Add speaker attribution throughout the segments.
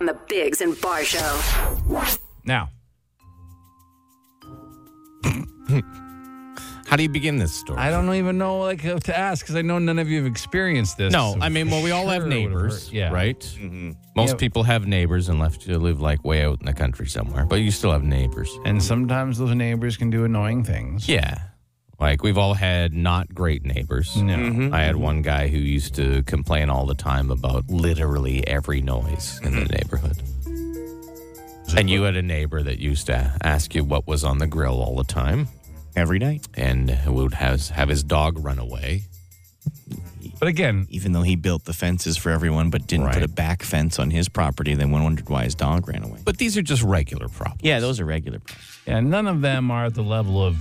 Speaker 1: on the Bigs and Bar Show.
Speaker 2: Now,
Speaker 3: How do you begin this story?
Speaker 2: I don't even know like what to ask because I know none of you have experienced this.
Speaker 3: No,
Speaker 2: so
Speaker 3: I mean, well, we all
Speaker 2: sure
Speaker 3: have
Speaker 2: it would've
Speaker 3: neighbors,
Speaker 2: hurt. Yeah. Mm-hmm.
Speaker 3: right? Most
Speaker 2: Yeah.
Speaker 3: people have neighbors unless you live like way out in the country somewhere, but you still have neighbors.
Speaker 2: And sometimes those neighbors can do annoying things.
Speaker 3: Yeah. Like we've all had not great neighbors.
Speaker 2: Mm-hmm.
Speaker 3: I had one guy who used to complain all the time about literally every noise in the
Speaker 2: Mm-hmm.
Speaker 3: neighborhood. And you had a neighbor that used to ask you what was on the grill all the time
Speaker 4: Every night,
Speaker 3: and would has, have his dog run away.
Speaker 2: But again,
Speaker 4: even though he built the fences for everyone, but didn't
Speaker 3: Right.
Speaker 4: put a back fence on his property, then one wondered why his dog ran away.
Speaker 3: But these are just regular problems.
Speaker 4: yeah, those are regular. problems.
Speaker 2: yeah, none of them are at the level of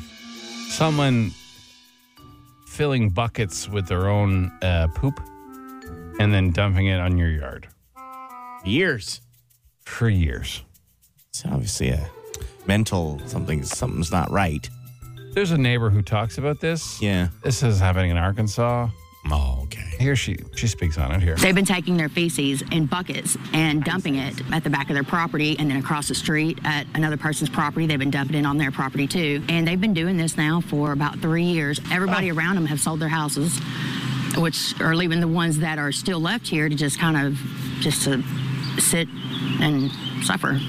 Speaker 2: someone filling buckets with their own uh, poop and then dumping it on your yard
Speaker 4: Years.
Speaker 2: for years.
Speaker 4: It's obviously a mental something. Something's not right.
Speaker 2: There's a neighbor who talks about this.
Speaker 4: Yeah.
Speaker 2: This is happening in Arkansas.
Speaker 3: Oh, okay.
Speaker 2: Here she she speaks on it here.
Speaker 5: They've been taking their feces in buckets and dumping it at the back of their property and then across the street at another person's property. They've been dumping it on their property too. And they've been doing this now for about three years. Everybody around them have sold their houses, which are leaving the ones that are still left here to just kind of just to sit and suffer.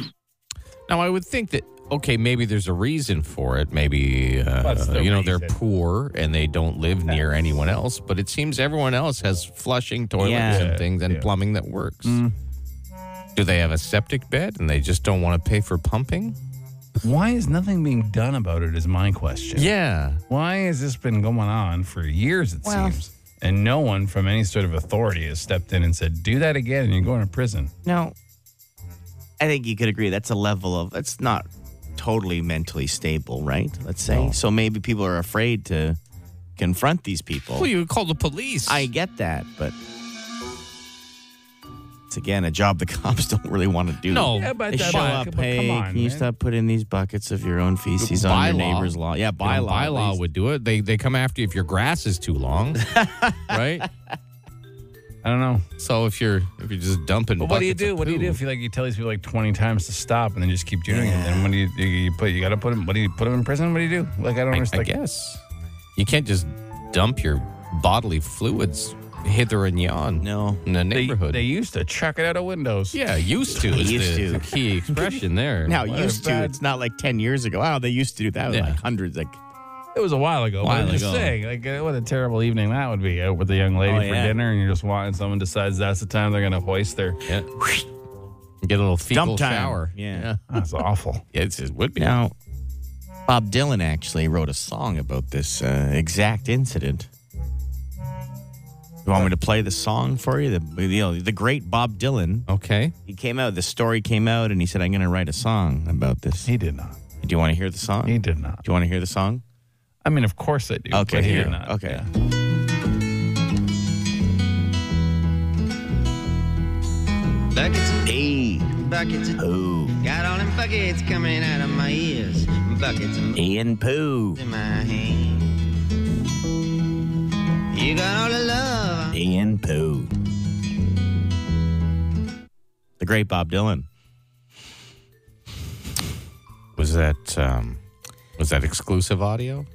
Speaker 3: Now, I would think that okay, maybe there's a reason for it. Maybe uh,
Speaker 2: What's the
Speaker 3: you know they're
Speaker 2: reason?
Speaker 3: poor and they don't live near anyone else. But it seems everyone else has flushing toilets
Speaker 4: Yeah. Mm.
Speaker 3: and things and plumbing that works. Do they have a septic bed and they just don't want to pay for pumping?
Speaker 2: Why is nothing being done about it? Is my question.
Speaker 3: Yeah,
Speaker 2: Why has this been going on for years, it seems? And no one from any sort of authority has stepped in and said, do that again and you're going to prison.
Speaker 4: No. I think you could agree that's a level of that's not totally mentally stable, right? Let's say. So maybe people are afraid to confront these people.
Speaker 3: well, you would call the police.
Speaker 4: I get that, but it's again a job the cops don't really want to do.
Speaker 3: no,
Speaker 2: Yeah, but
Speaker 4: They
Speaker 2: that-
Speaker 4: show
Speaker 2: but-
Speaker 4: up,
Speaker 2: but come
Speaker 4: hey,
Speaker 2: on,
Speaker 4: can you
Speaker 2: man."
Speaker 4: stop putting these buckets of your own feces on your
Speaker 3: Bylaw.
Speaker 4: neighbor's law? Yeah,
Speaker 3: You know,
Speaker 4: bylaw. at
Speaker 3: bylaw
Speaker 4: least.
Speaker 3: would do it. They they come after you if your grass is too long, right?
Speaker 2: I don't know.
Speaker 3: So if you're if you're just dumping,
Speaker 2: But what do you
Speaker 3: buckets of
Speaker 2: do? What do you do
Speaker 3: poo-
Speaker 2: if you like you tell these people like 20 times to stop and then just keep doing it? Then what do you do? You put you got to put them. What do you put them in prison? What do you do? Like I don't
Speaker 3: I,
Speaker 2: understand.
Speaker 3: I guess you can't just dump your bodily fluids hither and yon
Speaker 4: No.
Speaker 3: in the
Speaker 2: They,
Speaker 3: neighborhood.
Speaker 2: they used to chuck it out of windows.
Speaker 3: yeah, used to is
Speaker 4: Used
Speaker 3: the,
Speaker 4: to.
Speaker 3: the key expression there.
Speaker 4: Now
Speaker 2: What a
Speaker 4: used to.
Speaker 2: bad-
Speaker 4: It's not like ten years ago. Wow, they used to do that. It was
Speaker 3: Yeah.
Speaker 4: Like hundreds. Like
Speaker 2: It was a while ago. but
Speaker 3: While
Speaker 2: I'm just
Speaker 3: ago.
Speaker 2: saying, like, uh, what a terrible evening that would be out with a young lady
Speaker 4: Oh,
Speaker 2: for
Speaker 4: yeah.
Speaker 2: dinner, and you're just wanting someone decides that's the time they're going to hoist their.
Speaker 3: Yeah. get a little fecal
Speaker 4: Dump time.
Speaker 3: shower.
Speaker 4: Yeah.
Speaker 2: That's awful.
Speaker 3: yeah it's, it would be.
Speaker 4: now, Bob Dylan actually wrote a song about this uh, exact incident. You want me to play the song for you? The you know, the great Bob Dylan.
Speaker 3: Okay.
Speaker 4: He came out. The story came out, and he said, "I'm going to write a song about this." Do
Speaker 2: He did not.
Speaker 4: you want to hear the song?
Speaker 2: He
Speaker 4: Do
Speaker 2: did not.
Speaker 4: you want to hear the song?
Speaker 2: I mean, of course I do.
Speaker 4: Okay,
Speaker 2: but he
Speaker 4: here.
Speaker 2: did not.
Speaker 4: Okay.
Speaker 6: Buckets of A, buckets of
Speaker 4: Poo.
Speaker 6: Got all them buckets coming out of my ears. Buckets of
Speaker 4: Ian Poo.
Speaker 6: in my hand. You got all the love.
Speaker 4: Ian Poo. The great Bob Dylan.
Speaker 3: Was that um was that exclusive audio?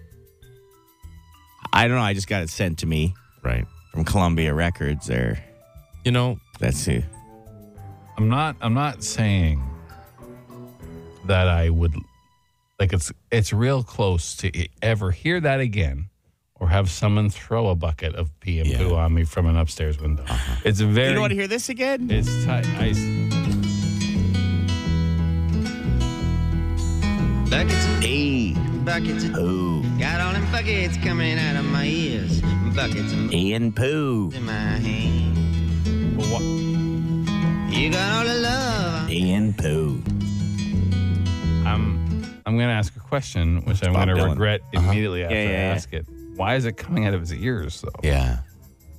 Speaker 4: I don't know. I just got it sent to me
Speaker 3: Right.
Speaker 4: from Columbia Records. There.
Speaker 3: You know,
Speaker 4: That's who.
Speaker 2: I'm not. I'm not saying that I would like it's. It's real close to e- ever hear that again, or have someone throw a bucket of pee and poo on me from an upstairs window. It's very.
Speaker 4: Uh-huh. You don't want to hear this again?
Speaker 2: it's tight. I s-
Speaker 6: Buckets of
Speaker 4: Hey,
Speaker 6: buckets of
Speaker 7: Oh.
Speaker 4: Poo.
Speaker 6: Got all them buckets coming out of my ears. Buckets of
Speaker 4: Ian Poo.
Speaker 6: in my hand.
Speaker 2: but wha-
Speaker 6: You got all the love.
Speaker 4: Ian Poo.
Speaker 2: I'm. I'm gonna ask a question, which I'm
Speaker 4: Bob
Speaker 2: gonna
Speaker 4: Dylan.
Speaker 2: regret immediately after
Speaker 4: Uh-huh. yeah,
Speaker 2: I
Speaker 4: yeah.
Speaker 2: ask it. Why is it coming out of his ears though?
Speaker 3: yeah.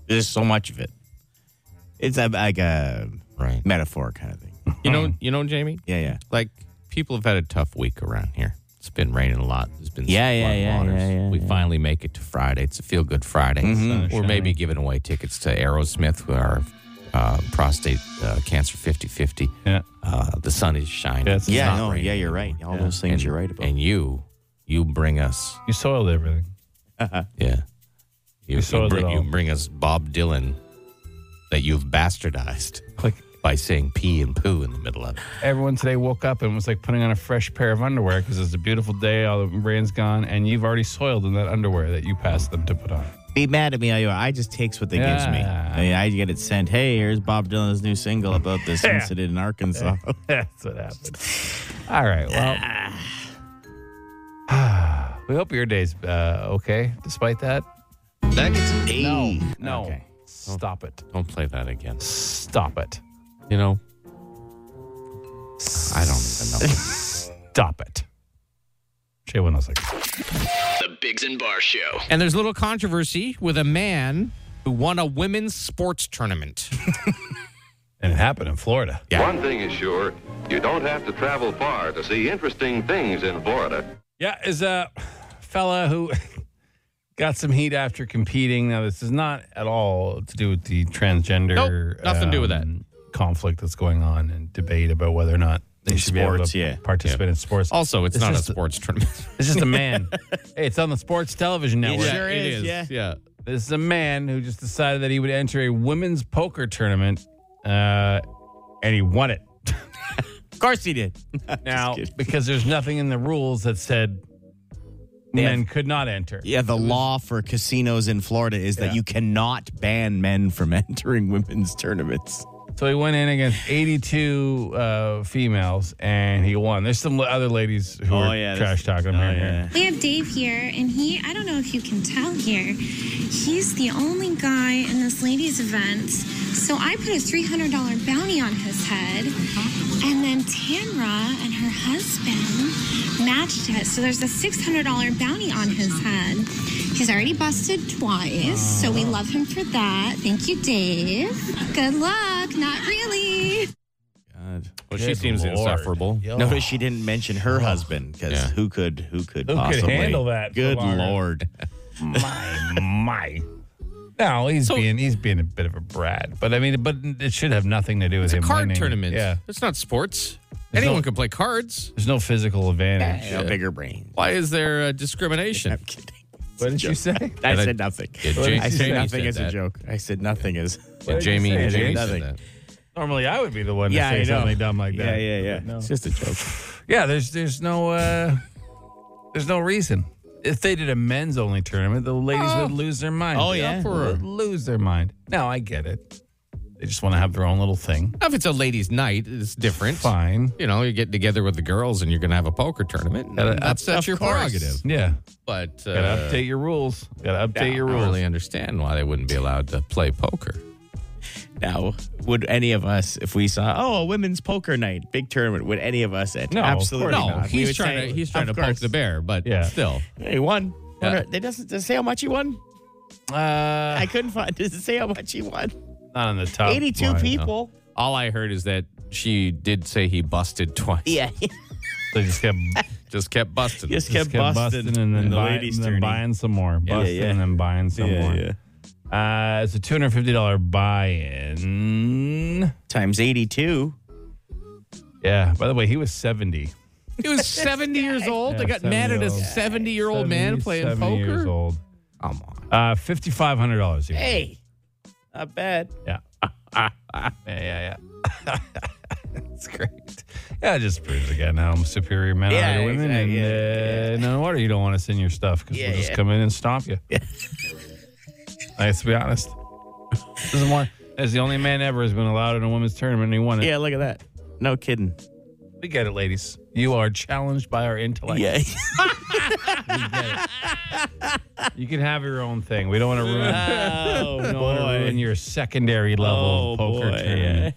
Speaker 4: There's so much of it. It's a, like a
Speaker 3: Right.
Speaker 4: metaphor kind of thing.
Speaker 3: You know, you know Jamie?
Speaker 4: Yeah, yeah.
Speaker 3: like people have had a tough week around here. It's been raining a lot. There's been
Speaker 4: Yeah,
Speaker 3: some
Speaker 4: yeah,
Speaker 3: flood
Speaker 4: yeah,
Speaker 3: waters.
Speaker 4: yeah, yeah, Mm-hmm.
Speaker 3: we
Speaker 4: yeah.
Speaker 3: finally make it to Friday. It's a feel good Friday.
Speaker 2: Sun is
Speaker 3: We're maybe giving away tickets to Aerosmith, who are uh, prostate uh, cancer 50 50.
Speaker 2: Yeah.
Speaker 3: Uh, the sun is shining.
Speaker 2: Yeah, it's-
Speaker 3: It's
Speaker 4: yeah,
Speaker 3: not
Speaker 4: no,
Speaker 3: raining.
Speaker 4: yeah, you're right. All those things
Speaker 3: And-
Speaker 4: you're right about.
Speaker 3: And you, you bring us,
Speaker 2: You soiled everything.
Speaker 3: yeah. You,
Speaker 2: soiled
Speaker 3: bring,
Speaker 2: it
Speaker 3: you
Speaker 2: all.
Speaker 3: bring us Bob Dylan that you've bastardized
Speaker 2: Like
Speaker 3: by saying pee and poo in the middle of it.
Speaker 2: everyone today woke up and was like putting on a fresh pair of underwear because it's a beautiful day, all the rain's gone, and you've already soiled in that underwear that you passed them to put on.
Speaker 4: Be mad at me, I, I just takes what they gives me.
Speaker 2: Yeah.
Speaker 4: I, mean, I get it sent. Hey, here's Bob Dylan's new single about this incident in Arkansas.
Speaker 2: That's what happened. All right. Well, we hope your day's uh, okay despite that.
Speaker 6: Like it's a
Speaker 2: No, no.
Speaker 3: Okay.
Speaker 2: Stop it.
Speaker 3: Don't play that again.
Speaker 2: Stop it.
Speaker 3: You know, I don't even know.
Speaker 2: Stop it. Jay 106.
Speaker 7: The Biggs and Bar Show.
Speaker 3: And there's a little controversy with a man who won a women's sports tournament.
Speaker 2: And it happened in Florida.
Speaker 8: One thing is sure, you don't have to travel far to see interesting things in Florida.
Speaker 2: Yeah, is a fella who got some heat after competing. Now, this is not at all to do with the transgender. um,
Speaker 3: Nope, nothing to do with that.
Speaker 2: Conflict that's going on and debate about whether or not they
Speaker 4: In
Speaker 2: should be able
Speaker 4: sports,
Speaker 2: to
Speaker 4: yeah.
Speaker 2: participate in sports.
Speaker 3: Also, it's,
Speaker 2: It's
Speaker 3: not a
Speaker 2: just-
Speaker 3: sports tournament.
Speaker 2: It's just a man. hey, it's on the sports television network.
Speaker 3: it is. Yeah.
Speaker 2: This is a man who just decided that he would enter a women's poker tournament, uh, and he won it.
Speaker 4: of course he did.
Speaker 2: Now,
Speaker 4: kidding.
Speaker 2: because there's nothing in the rules that said men could not enter.
Speaker 4: Yeah, the law for casinos in Florida is that you cannot ban men from entering women's tournaments.
Speaker 2: So he went in against 82 uh, females and he won. There's some other ladies
Speaker 4: Oh,
Speaker 2: who are trash talking him here. and
Speaker 9: We have Dave here, and he, I don't know if you can tell here, he's the only guy in this ladies' event. So I put a $300 bounty on his head, and then Tamra and her husband matched it. So there's a $600 bounty on his head. He's already busted twice, so we love him for that. Thank you, Dave. Good luck. Not really.
Speaker 4: God.
Speaker 3: Well, she
Speaker 2: Good
Speaker 3: seems
Speaker 2: Lord.
Speaker 3: insufferable.
Speaker 2: Yo.
Speaker 4: Notice she didn't mention her husband because
Speaker 3: Oh. Yeah.
Speaker 4: who could who could
Speaker 2: Who could
Speaker 4: possibly
Speaker 2: handle that for
Speaker 4: Good
Speaker 2: Florida?
Speaker 4: lord,
Speaker 2: My, my. No, he's being he's being a bit of a brat, but I mean, but it should have nothing to do with
Speaker 3: It's a
Speaker 2: him
Speaker 3: card
Speaker 2: winning.
Speaker 3: tournament.
Speaker 2: Yeah,
Speaker 3: It's not sports.
Speaker 2: There's
Speaker 3: Anyone
Speaker 2: no-
Speaker 3: can play cards.
Speaker 2: there's no physical advantage.
Speaker 4: No bigger brain.
Speaker 3: Why is there uh, discrimination?
Speaker 4: I'm kidding.
Speaker 2: What did you say?
Speaker 4: I
Speaker 3: But I-
Speaker 4: said nothing.
Speaker 3: Yeah, Ja-
Speaker 4: I said
Speaker 3: Jamie
Speaker 4: nothing
Speaker 3: said
Speaker 4: as a
Speaker 3: that.
Speaker 4: joke. I said nothing as.
Speaker 3: Yeah, Jamie,
Speaker 2: say?
Speaker 3: Jamie
Speaker 4: Nothing.
Speaker 3: said that.
Speaker 2: Normally, I would be the one to say something dumb like that.
Speaker 4: Yeah, yeah, yeah. It's just a joke.
Speaker 2: Yeah, there's there's no uh there's no reason. If they did a men's only tournament, the ladies would lose their mind.
Speaker 4: Oh,
Speaker 2: The
Speaker 4: yeah.
Speaker 2: upper would lose their mind. No, I get it. They just want to have their own little thing.
Speaker 3: If it's a ladies' night, it's different.
Speaker 2: Fine.
Speaker 3: You know, you get together with the girls and you're going to have a poker tournament. and
Speaker 2: Gotta-
Speaker 3: that's that's your prerogative.
Speaker 2: Yeah.
Speaker 3: But
Speaker 2: Gotta
Speaker 3: uh,
Speaker 2: update your rules. Gotta update your
Speaker 3: I don't
Speaker 2: rules.
Speaker 3: really understand why they wouldn't be allowed to play poker.
Speaker 4: Now, would any of us, if we saw, oh, a women's poker night, big tournament, would any of us? At,
Speaker 2: No, of
Speaker 4: absolutely
Speaker 2: course
Speaker 3: No,
Speaker 4: not. We would
Speaker 3: he's trying
Speaker 4: say,
Speaker 3: to he's trying to
Speaker 4: "Of
Speaker 3: poke
Speaker 4: course."
Speaker 3: the bear, but
Speaker 2: Yeah.
Speaker 3: still.
Speaker 4: He won.
Speaker 2: Yeah.
Speaker 4: Wonder- They doesn't does it say how much he won.
Speaker 2: Uh,
Speaker 4: I couldn't find. Does it say how much he won?
Speaker 2: not on the top.
Speaker 4: Eighty-two
Speaker 2: line, no.
Speaker 4: people.
Speaker 3: All I heard is that she did say he busted twice.
Speaker 4: Yeah,
Speaker 2: They just kept,
Speaker 3: Just kept busting.
Speaker 4: just
Speaker 2: just
Speaker 4: kept, busting,
Speaker 2: and then,
Speaker 4: the
Speaker 2: buy-
Speaker 4: ladies'
Speaker 2: and then
Speaker 4: tourney.
Speaker 2: buying some more.
Speaker 4: Yeah,
Speaker 2: Busting
Speaker 4: yeah.
Speaker 2: and then buying some more. Uh, it's a $250 buy in.
Speaker 4: Times eighty-two.
Speaker 2: Yeah. By the way, he was 70.
Speaker 3: He was 70 years old.
Speaker 2: Yeah,
Speaker 3: I got mad at a
Speaker 2: 70-year-old.
Speaker 3: 70 year old man
Speaker 2: 70,
Speaker 3: playing
Speaker 2: 70 Years
Speaker 3: poker.
Speaker 2: old.
Speaker 3: Come on.
Speaker 2: Uh, fifty-five hundred dollars. Yeah,
Speaker 4: Hey, not bad.
Speaker 2: yeah, yeah, yeah. It's great. Yeah, it just proves again how superior men
Speaker 4: Yeah,
Speaker 2: are to women,
Speaker 4: exactly,
Speaker 2: and uh, no wonder you don't want to send your stuff because
Speaker 4: Yeah,
Speaker 2: we'll just
Speaker 4: yeah.
Speaker 2: come in and stomp you. Let's be honest. This is one. As the only man ever has been allowed in a women's tournament, and he won it.
Speaker 4: Yeah, look at that. No kidding.
Speaker 2: We get it, ladies. You are challenged by our intellect.
Speaker 4: Yeah.
Speaker 2: You can have your own thing. We don't want to ruin.
Speaker 4: oh
Speaker 2: don't want to ruin your secondary level
Speaker 4: Oh,
Speaker 2: of poker
Speaker 4: boy.
Speaker 2: tournament.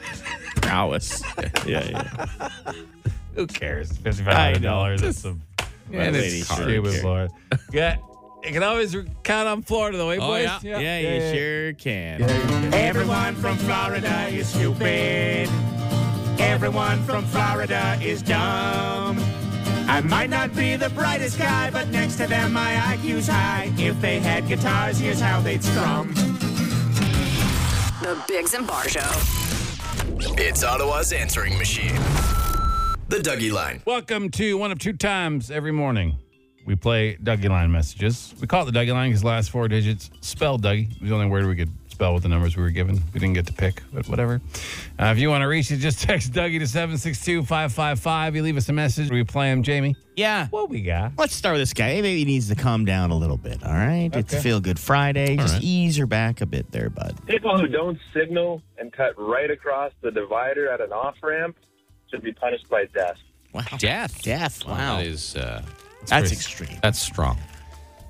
Speaker 4: prowess. yeah, yeah.
Speaker 2: Who cares? Fifty-five hundred dollars. That's a
Speaker 3: And it's
Speaker 4: ladies,
Speaker 3: cards.
Speaker 2: stupid Florida. Yeah, you can always count on Florida, though, eh,
Speaker 3: Oh,
Speaker 2: boys?
Speaker 3: yeah.
Speaker 4: Yeah, you sure can.
Speaker 10: Everyone from Florida is stupid. Everyone from Florida is dumb. I might not be the brightest guy, but next to them my IQ's high. If they had guitars, here's how they'd strum.
Speaker 1: The Bigs and Bar Show.
Speaker 7: It's Ottawa's answering machine. The Dougie Line.
Speaker 2: Welcome to one of two times every morning. We play Dougie Line messages. We call it the Dougie Line because last four digits spell Dougie. It was the only word we could spell with the numbers we were given. We didn't get to pick, but whatever. Uh, if you want to reach us, just text Dougie to 762 555. You leave us a message. We play him, Jamie.
Speaker 4: Yeah.
Speaker 2: What we got?
Speaker 4: Let's start with this guy. Maybe he needs to calm down a little bit. All right. It's Feel Good Friday. Just ease her back a bit there, bud.
Speaker 11: People who don't signal and cut right across the divider at an off ramp should be punished by death.
Speaker 4: Wow.
Speaker 3: Death.
Speaker 4: Death.
Speaker 3: Wow. That is, uh, that's
Speaker 2: That's
Speaker 4: extreme.
Speaker 3: That's strong.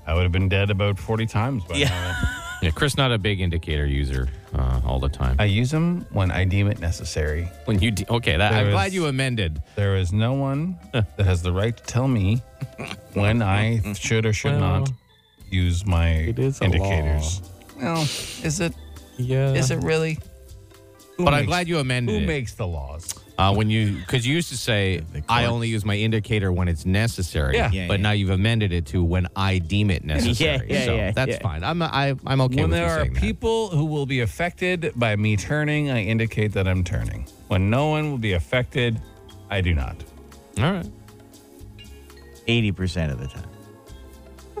Speaker 2: I would have been dead about 40 times by yeah.
Speaker 3: Yeah, Chris, not a big indicator user uh, all the time.
Speaker 2: I use them when I deem it necessary.
Speaker 3: When you de- okay, that, I'm
Speaker 2: There
Speaker 3: glad
Speaker 2: is-
Speaker 3: you amended.
Speaker 2: There is no one that has the right to tell me when I should or should not use my
Speaker 3: is a
Speaker 2: indicators. Well, is it?
Speaker 3: Yeah,
Speaker 2: Is it really?
Speaker 3: but I'm glad you amended
Speaker 2: Who
Speaker 3: it.
Speaker 2: makes the laws?
Speaker 3: uh, when you because you used to say I only use my indicator when it's necessary.
Speaker 2: Yeah.
Speaker 4: Yeah,
Speaker 3: but
Speaker 4: yeah.
Speaker 3: now you've amended it to when I deem it necessary.
Speaker 4: yeah,
Speaker 3: so
Speaker 4: yeah,
Speaker 3: that's
Speaker 4: yeah.
Speaker 3: fine. I'm I, I'm okay
Speaker 2: when
Speaker 3: with you
Speaker 2: there are
Speaker 3: saying that.
Speaker 2: people who will be affected by me turning, I indicate that I'm turning. When no one will be affected, I do not.
Speaker 3: All right,
Speaker 4: 80% of the time.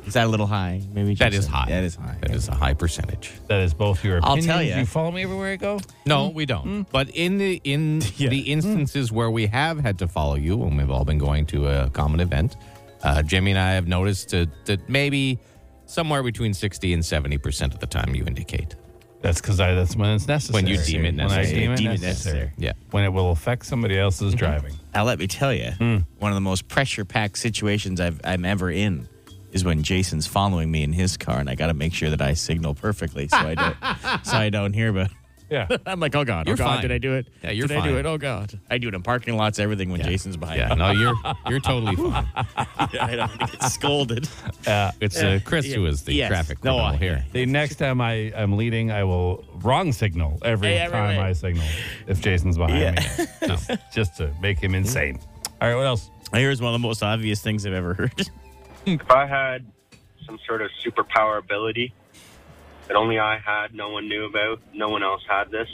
Speaker 4: Is that a little high? Maybe
Speaker 3: that is
Speaker 4: just a-
Speaker 3: high.
Speaker 4: That is high.
Speaker 3: That is a high percentage.
Speaker 2: That is both your
Speaker 4: I'll
Speaker 2: opinions.
Speaker 4: tell ya.
Speaker 2: You follow me everywhere I go?
Speaker 3: No, we don't. But in the in
Speaker 4: Mm. Yeah. Mm.
Speaker 3: the instances where we have had to follow you, when we've all been going to a common event, uh, Jimmy and I have noticed that, that maybe somewhere between sixty and seventy percent of the time you indicate.
Speaker 2: That's because I that's when it's necessary.
Speaker 3: When you deem it necessary. Mm-hmm.
Speaker 2: When I deem it,
Speaker 4: Deem it
Speaker 2: necessary.
Speaker 4: necessary.
Speaker 3: Yeah.
Speaker 2: When it will affect somebody else's driving.
Speaker 4: Now, let me tell you,
Speaker 3: Hmm.
Speaker 4: one of the most pressure packed situations I've, I'm ever in is when Jason's following me in his car, and I got to make sure that I signal perfectly so I don't, so I don't hear about
Speaker 2: Yeah.
Speaker 4: I'm like, oh God,
Speaker 3: You're
Speaker 4: oh God,
Speaker 3: fine.
Speaker 4: did I do it?
Speaker 3: Yeah, you're
Speaker 4: did I do
Speaker 3: fine.
Speaker 4: it? Oh God. I do it in parking lots, everything when Jason's behind
Speaker 3: Yeah,
Speaker 4: me.
Speaker 3: no, you're you're totally fine.
Speaker 4: I don't want to get scolded.
Speaker 3: It's uh, Chris who is the
Speaker 4: Yes.
Speaker 3: traffic
Speaker 4: No,
Speaker 3: criminal
Speaker 4: I-
Speaker 3: here.
Speaker 2: The next time I am leading, I will wrong signal every
Speaker 4: Yeah, right,
Speaker 2: time
Speaker 4: right.
Speaker 2: I signal if Jason's behind me. Just, just to make
Speaker 3: Mm-hmm.
Speaker 2: him insane. All right, what else?
Speaker 4: Here's one of the most obvious things I've ever heard.
Speaker 11: If I had some sort of superpower ability that only I had, no one knew about, no one else had this,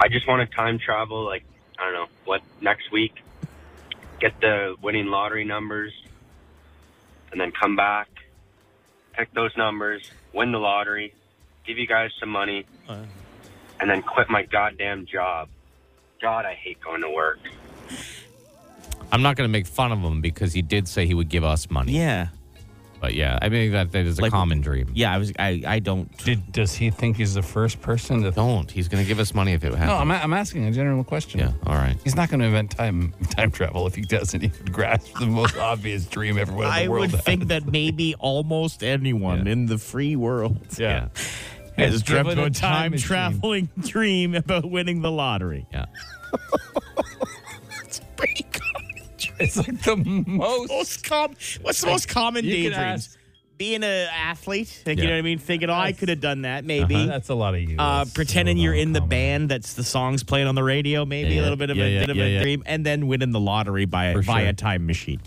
Speaker 11: I just want to time travel, like, I don't know, what, next week, get the winning lottery numbers, and then come back, pick those numbers, win the lottery, give you guys some money, and then quit my goddamn job. God, I hate going to work.
Speaker 3: I'm not going to make fun of him because he did say he would give us money.
Speaker 4: Yeah.
Speaker 3: But yeah, I mean that that is a
Speaker 4: Like-
Speaker 3: common dream.
Speaker 4: Yeah, I was I, I don't
Speaker 2: Did, does he think he's the first person to?
Speaker 3: Don't. He's going to give us money if it happens.
Speaker 2: No, I'm, I'm asking a general question.
Speaker 3: yeah. All right.
Speaker 2: He's not going to invent time time travel if he doesn't even grasp the most obvious dream everyone in the
Speaker 4: I
Speaker 2: world
Speaker 4: would
Speaker 2: has.
Speaker 4: think that maybe almost anyone in the free world
Speaker 2: Yeah.
Speaker 4: has
Speaker 2: Given
Speaker 4: dreamt of
Speaker 2: a
Speaker 4: a
Speaker 2: time
Speaker 4: time
Speaker 2: machine.
Speaker 4: traveling dream about winning the lottery.
Speaker 3: Yeah.
Speaker 2: It's like the most.
Speaker 4: Most com- what's the most common
Speaker 2: you can
Speaker 4: daydreams?
Speaker 2: ask-
Speaker 4: Being an athlete, like,
Speaker 3: Yeah.
Speaker 4: you know what I mean? Thinking, oh, I could have done that, maybe.
Speaker 2: Uh-huh, That's a lot of you.
Speaker 4: uh,
Speaker 2: That's
Speaker 4: pretending
Speaker 2: so
Speaker 4: you're in the
Speaker 2: common.
Speaker 4: band that's the songs playing on the radio, maybe
Speaker 3: Yeah,
Speaker 4: a little bit of
Speaker 3: yeah,
Speaker 4: a
Speaker 3: yeah,
Speaker 4: bit of
Speaker 3: yeah,
Speaker 4: a
Speaker 3: yeah.
Speaker 4: dream, and then winning the lottery by
Speaker 3: For
Speaker 4: via
Speaker 3: sure.
Speaker 4: time machine.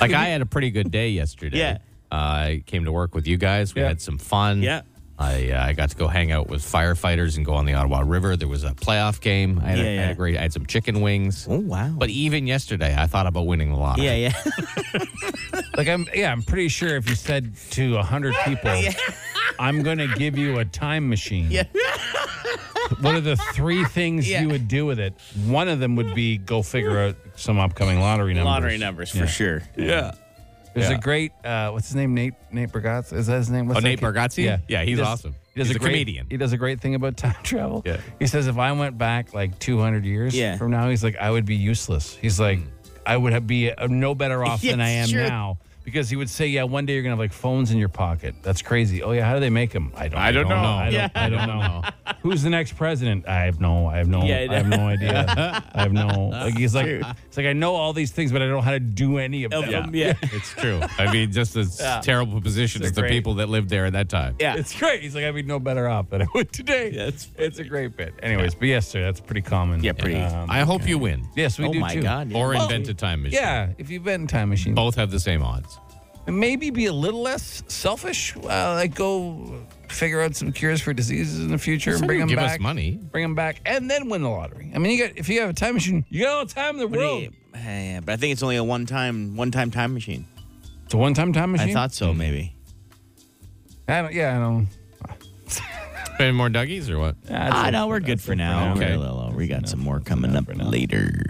Speaker 3: Like I had a pretty good day yesterday.
Speaker 4: Yeah.
Speaker 3: Uh, I came to work with you guys. We
Speaker 2: Yeah.
Speaker 3: had some fun.
Speaker 4: Yeah.
Speaker 3: I uh, I got to go hang out with firefighters and go on the Ottawa River. There was a playoff game. I had,
Speaker 4: Yeah,
Speaker 3: a, I had a
Speaker 4: yeah.
Speaker 3: great. I had some chicken wings.
Speaker 4: Oh, wow!
Speaker 3: But even yesterday, I thought about winning the lottery.
Speaker 4: yeah, yeah.
Speaker 2: Like I'm, yeah, I'm pretty sure if you said to a hundred people, "I'm going to give you a time machine,"
Speaker 4: Yeah.
Speaker 2: what are the three things
Speaker 4: Yeah.
Speaker 2: you would do with it? One of them would be go figure out some upcoming lottery numbers.
Speaker 4: Lottery numbers for
Speaker 2: Yeah.
Speaker 4: sure.
Speaker 3: yeah.
Speaker 2: There's
Speaker 3: Yeah.
Speaker 2: a great, uh, what's his name? Nate Nate Bergazzi. Is that his name? What's
Speaker 3: Oh,
Speaker 2: that
Speaker 3: Nate
Speaker 2: kid?
Speaker 3: Bargatze?
Speaker 2: Yeah,
Speaker 3: Yeah, he's awesome.
Speaker 2: He does
Speaker 3: He's
Speaker 2: a,
Speaker 3: a
Speaker 2: great,
Speaker 3: comedian.
Speaker 2: He does a great thing about time travel.
Speaker 3: Yeah.
Speaker 2: He says if I went back like 200 years from now, he's like I would be useless. He's like
Speaker 3: Mm.
Speaker 2: I would have be uh, no better off than I am
Speaker 4: Yes, sure.
Speaker 2: now. Because he would say, "Yeah, one day you're gonna have like phones in your pocket. That's crazy. Oh yeah, how do they make them? I don't.
Speaker 3: I don't know.
Speaker 2: I don't,
Speaker 3: Yeah.
Speaker 2: I don't know. Who's the next president? I have no. I have no.
Speaker 4: Yeah, I
Speaker 2: I have no idea. I have no. Like, he's like,
Speaker 4: Dude.
Speaker 2: it's like I know all these things, but I don't know how to do any of them.
Speaker 4: Yeah. yeah.
Speaker 3: It's true. I mean, just as terrible position as the
Speaker 4: great-
Speaker 3: people that lived there at that time.
Speaker 4: Yeah.
Speaker 2: It's great. He's like, I'd be no better off than I would today. That's it's a great bit. Anyways, but yes, sir, that's pretty common. Um,
Speaker 4: Yeah, pretty.
Speaker 3: I hope you win
Speaker 2: yes, we
Speaker 4: oh
Speaker 2: do
Speaker 4: my
Speaker 2: too.
Speaker 4: God! yeah.
Speaker 3: or
Speaker 4: Well,
Speaker 3: invent a time machine. Oh.
Speaker 2: Yeah, if you've been in time machine,
Speaker 3: Both have the same odds.
Speaker 2: and maybe be a little less selfish. Uh, like go figure out some cures for diseases in the future and
Speaker 3: Someone
Speaker 2: bring them
Speaker 3: give us
Speaker 2: back.
Speaker 3: money.
Speaker 2: Bring them back, and then win the lottery. I mean, you got if you have a time machine, you got all the time in the world.
Speaker 4: Yeah, but I think it's only a one-time, one-time time machine.
Speaker 2: It's a one-time time machine?
Speaker 4: I thought so,
Speaker 3: Mm.
Speaker 4: maybe.
Speaker 2: I don't, yeah, I don't.
Speaker 3: Any more Dougies or what?
Speaker 4: Ah, no, we're good for now. Okay. We got some more coming up later.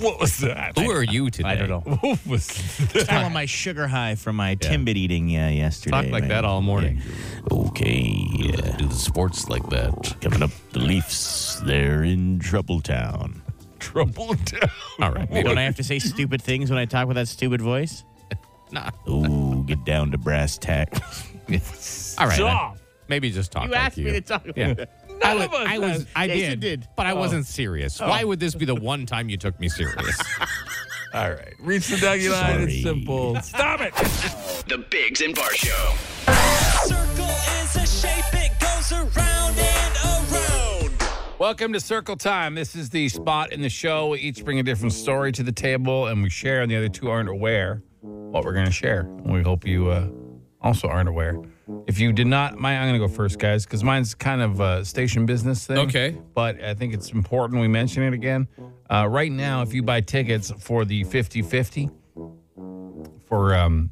Speaker 2: What was that?
Speaker 3: Who are you today? I don't know.
Speaker 2: What was
Speaker 4: Still on my sugar high from my Timbit eating uh, yesterday.
Speaker 3: Talk like
Speaker 4: man.
Speaker 3: that all morning.
Speaker 4: Okay. yeah.
Speaker 3: Do the sports like that.
Speaker 4: Coming up, the Leafs. They're in trouble town.
Speaker 2: Trouble down.
Speaker 3: All right.
Speaker 4: Don't I have to say stupid things when I talk with that stupid voice?
Speaker 3: Nah.
Speaker 4: Ooh, get down to brass tacks.
Speaker 3: All right.
Speaker 2: Stop.
Speaker 3: Maybe just talk. like you.
Speaker 4: talk about
Speaker 3: Yeah. I was,
Speaker 2: of us
Speaker 3: I was,
Speaker 2: has.
Speaker 3: I
Speaker 4: Yes, you
Speaker 3: did,
Speaker 4: did.
Speaker 3: but I wasn't serious. Why would this be the one time you took me serious?
Speaker 2: All right. Reach the Dougie line. It's
Speaker 4: Sorry.
Speaker 2: simple. Stop it.
Speaker 7: The Bigs and Bar Show.
Speaker 12: Circle is a shape, it goes around and around.
Speaker 2: Welcome to Circle Time. This is the spot in the show. We each bring a different story to the table and we share, and the other two aren't aware what we're going to share. We hope you uh, also aren't aware. If you did not, my, I'm going to go first, guys, because mine's kind of a station business thing.
Speaker 3: Okay.
Speaker 2: But I think it's important we mention it again. Uh, right now, if you buy tickets for the 50 50 for um,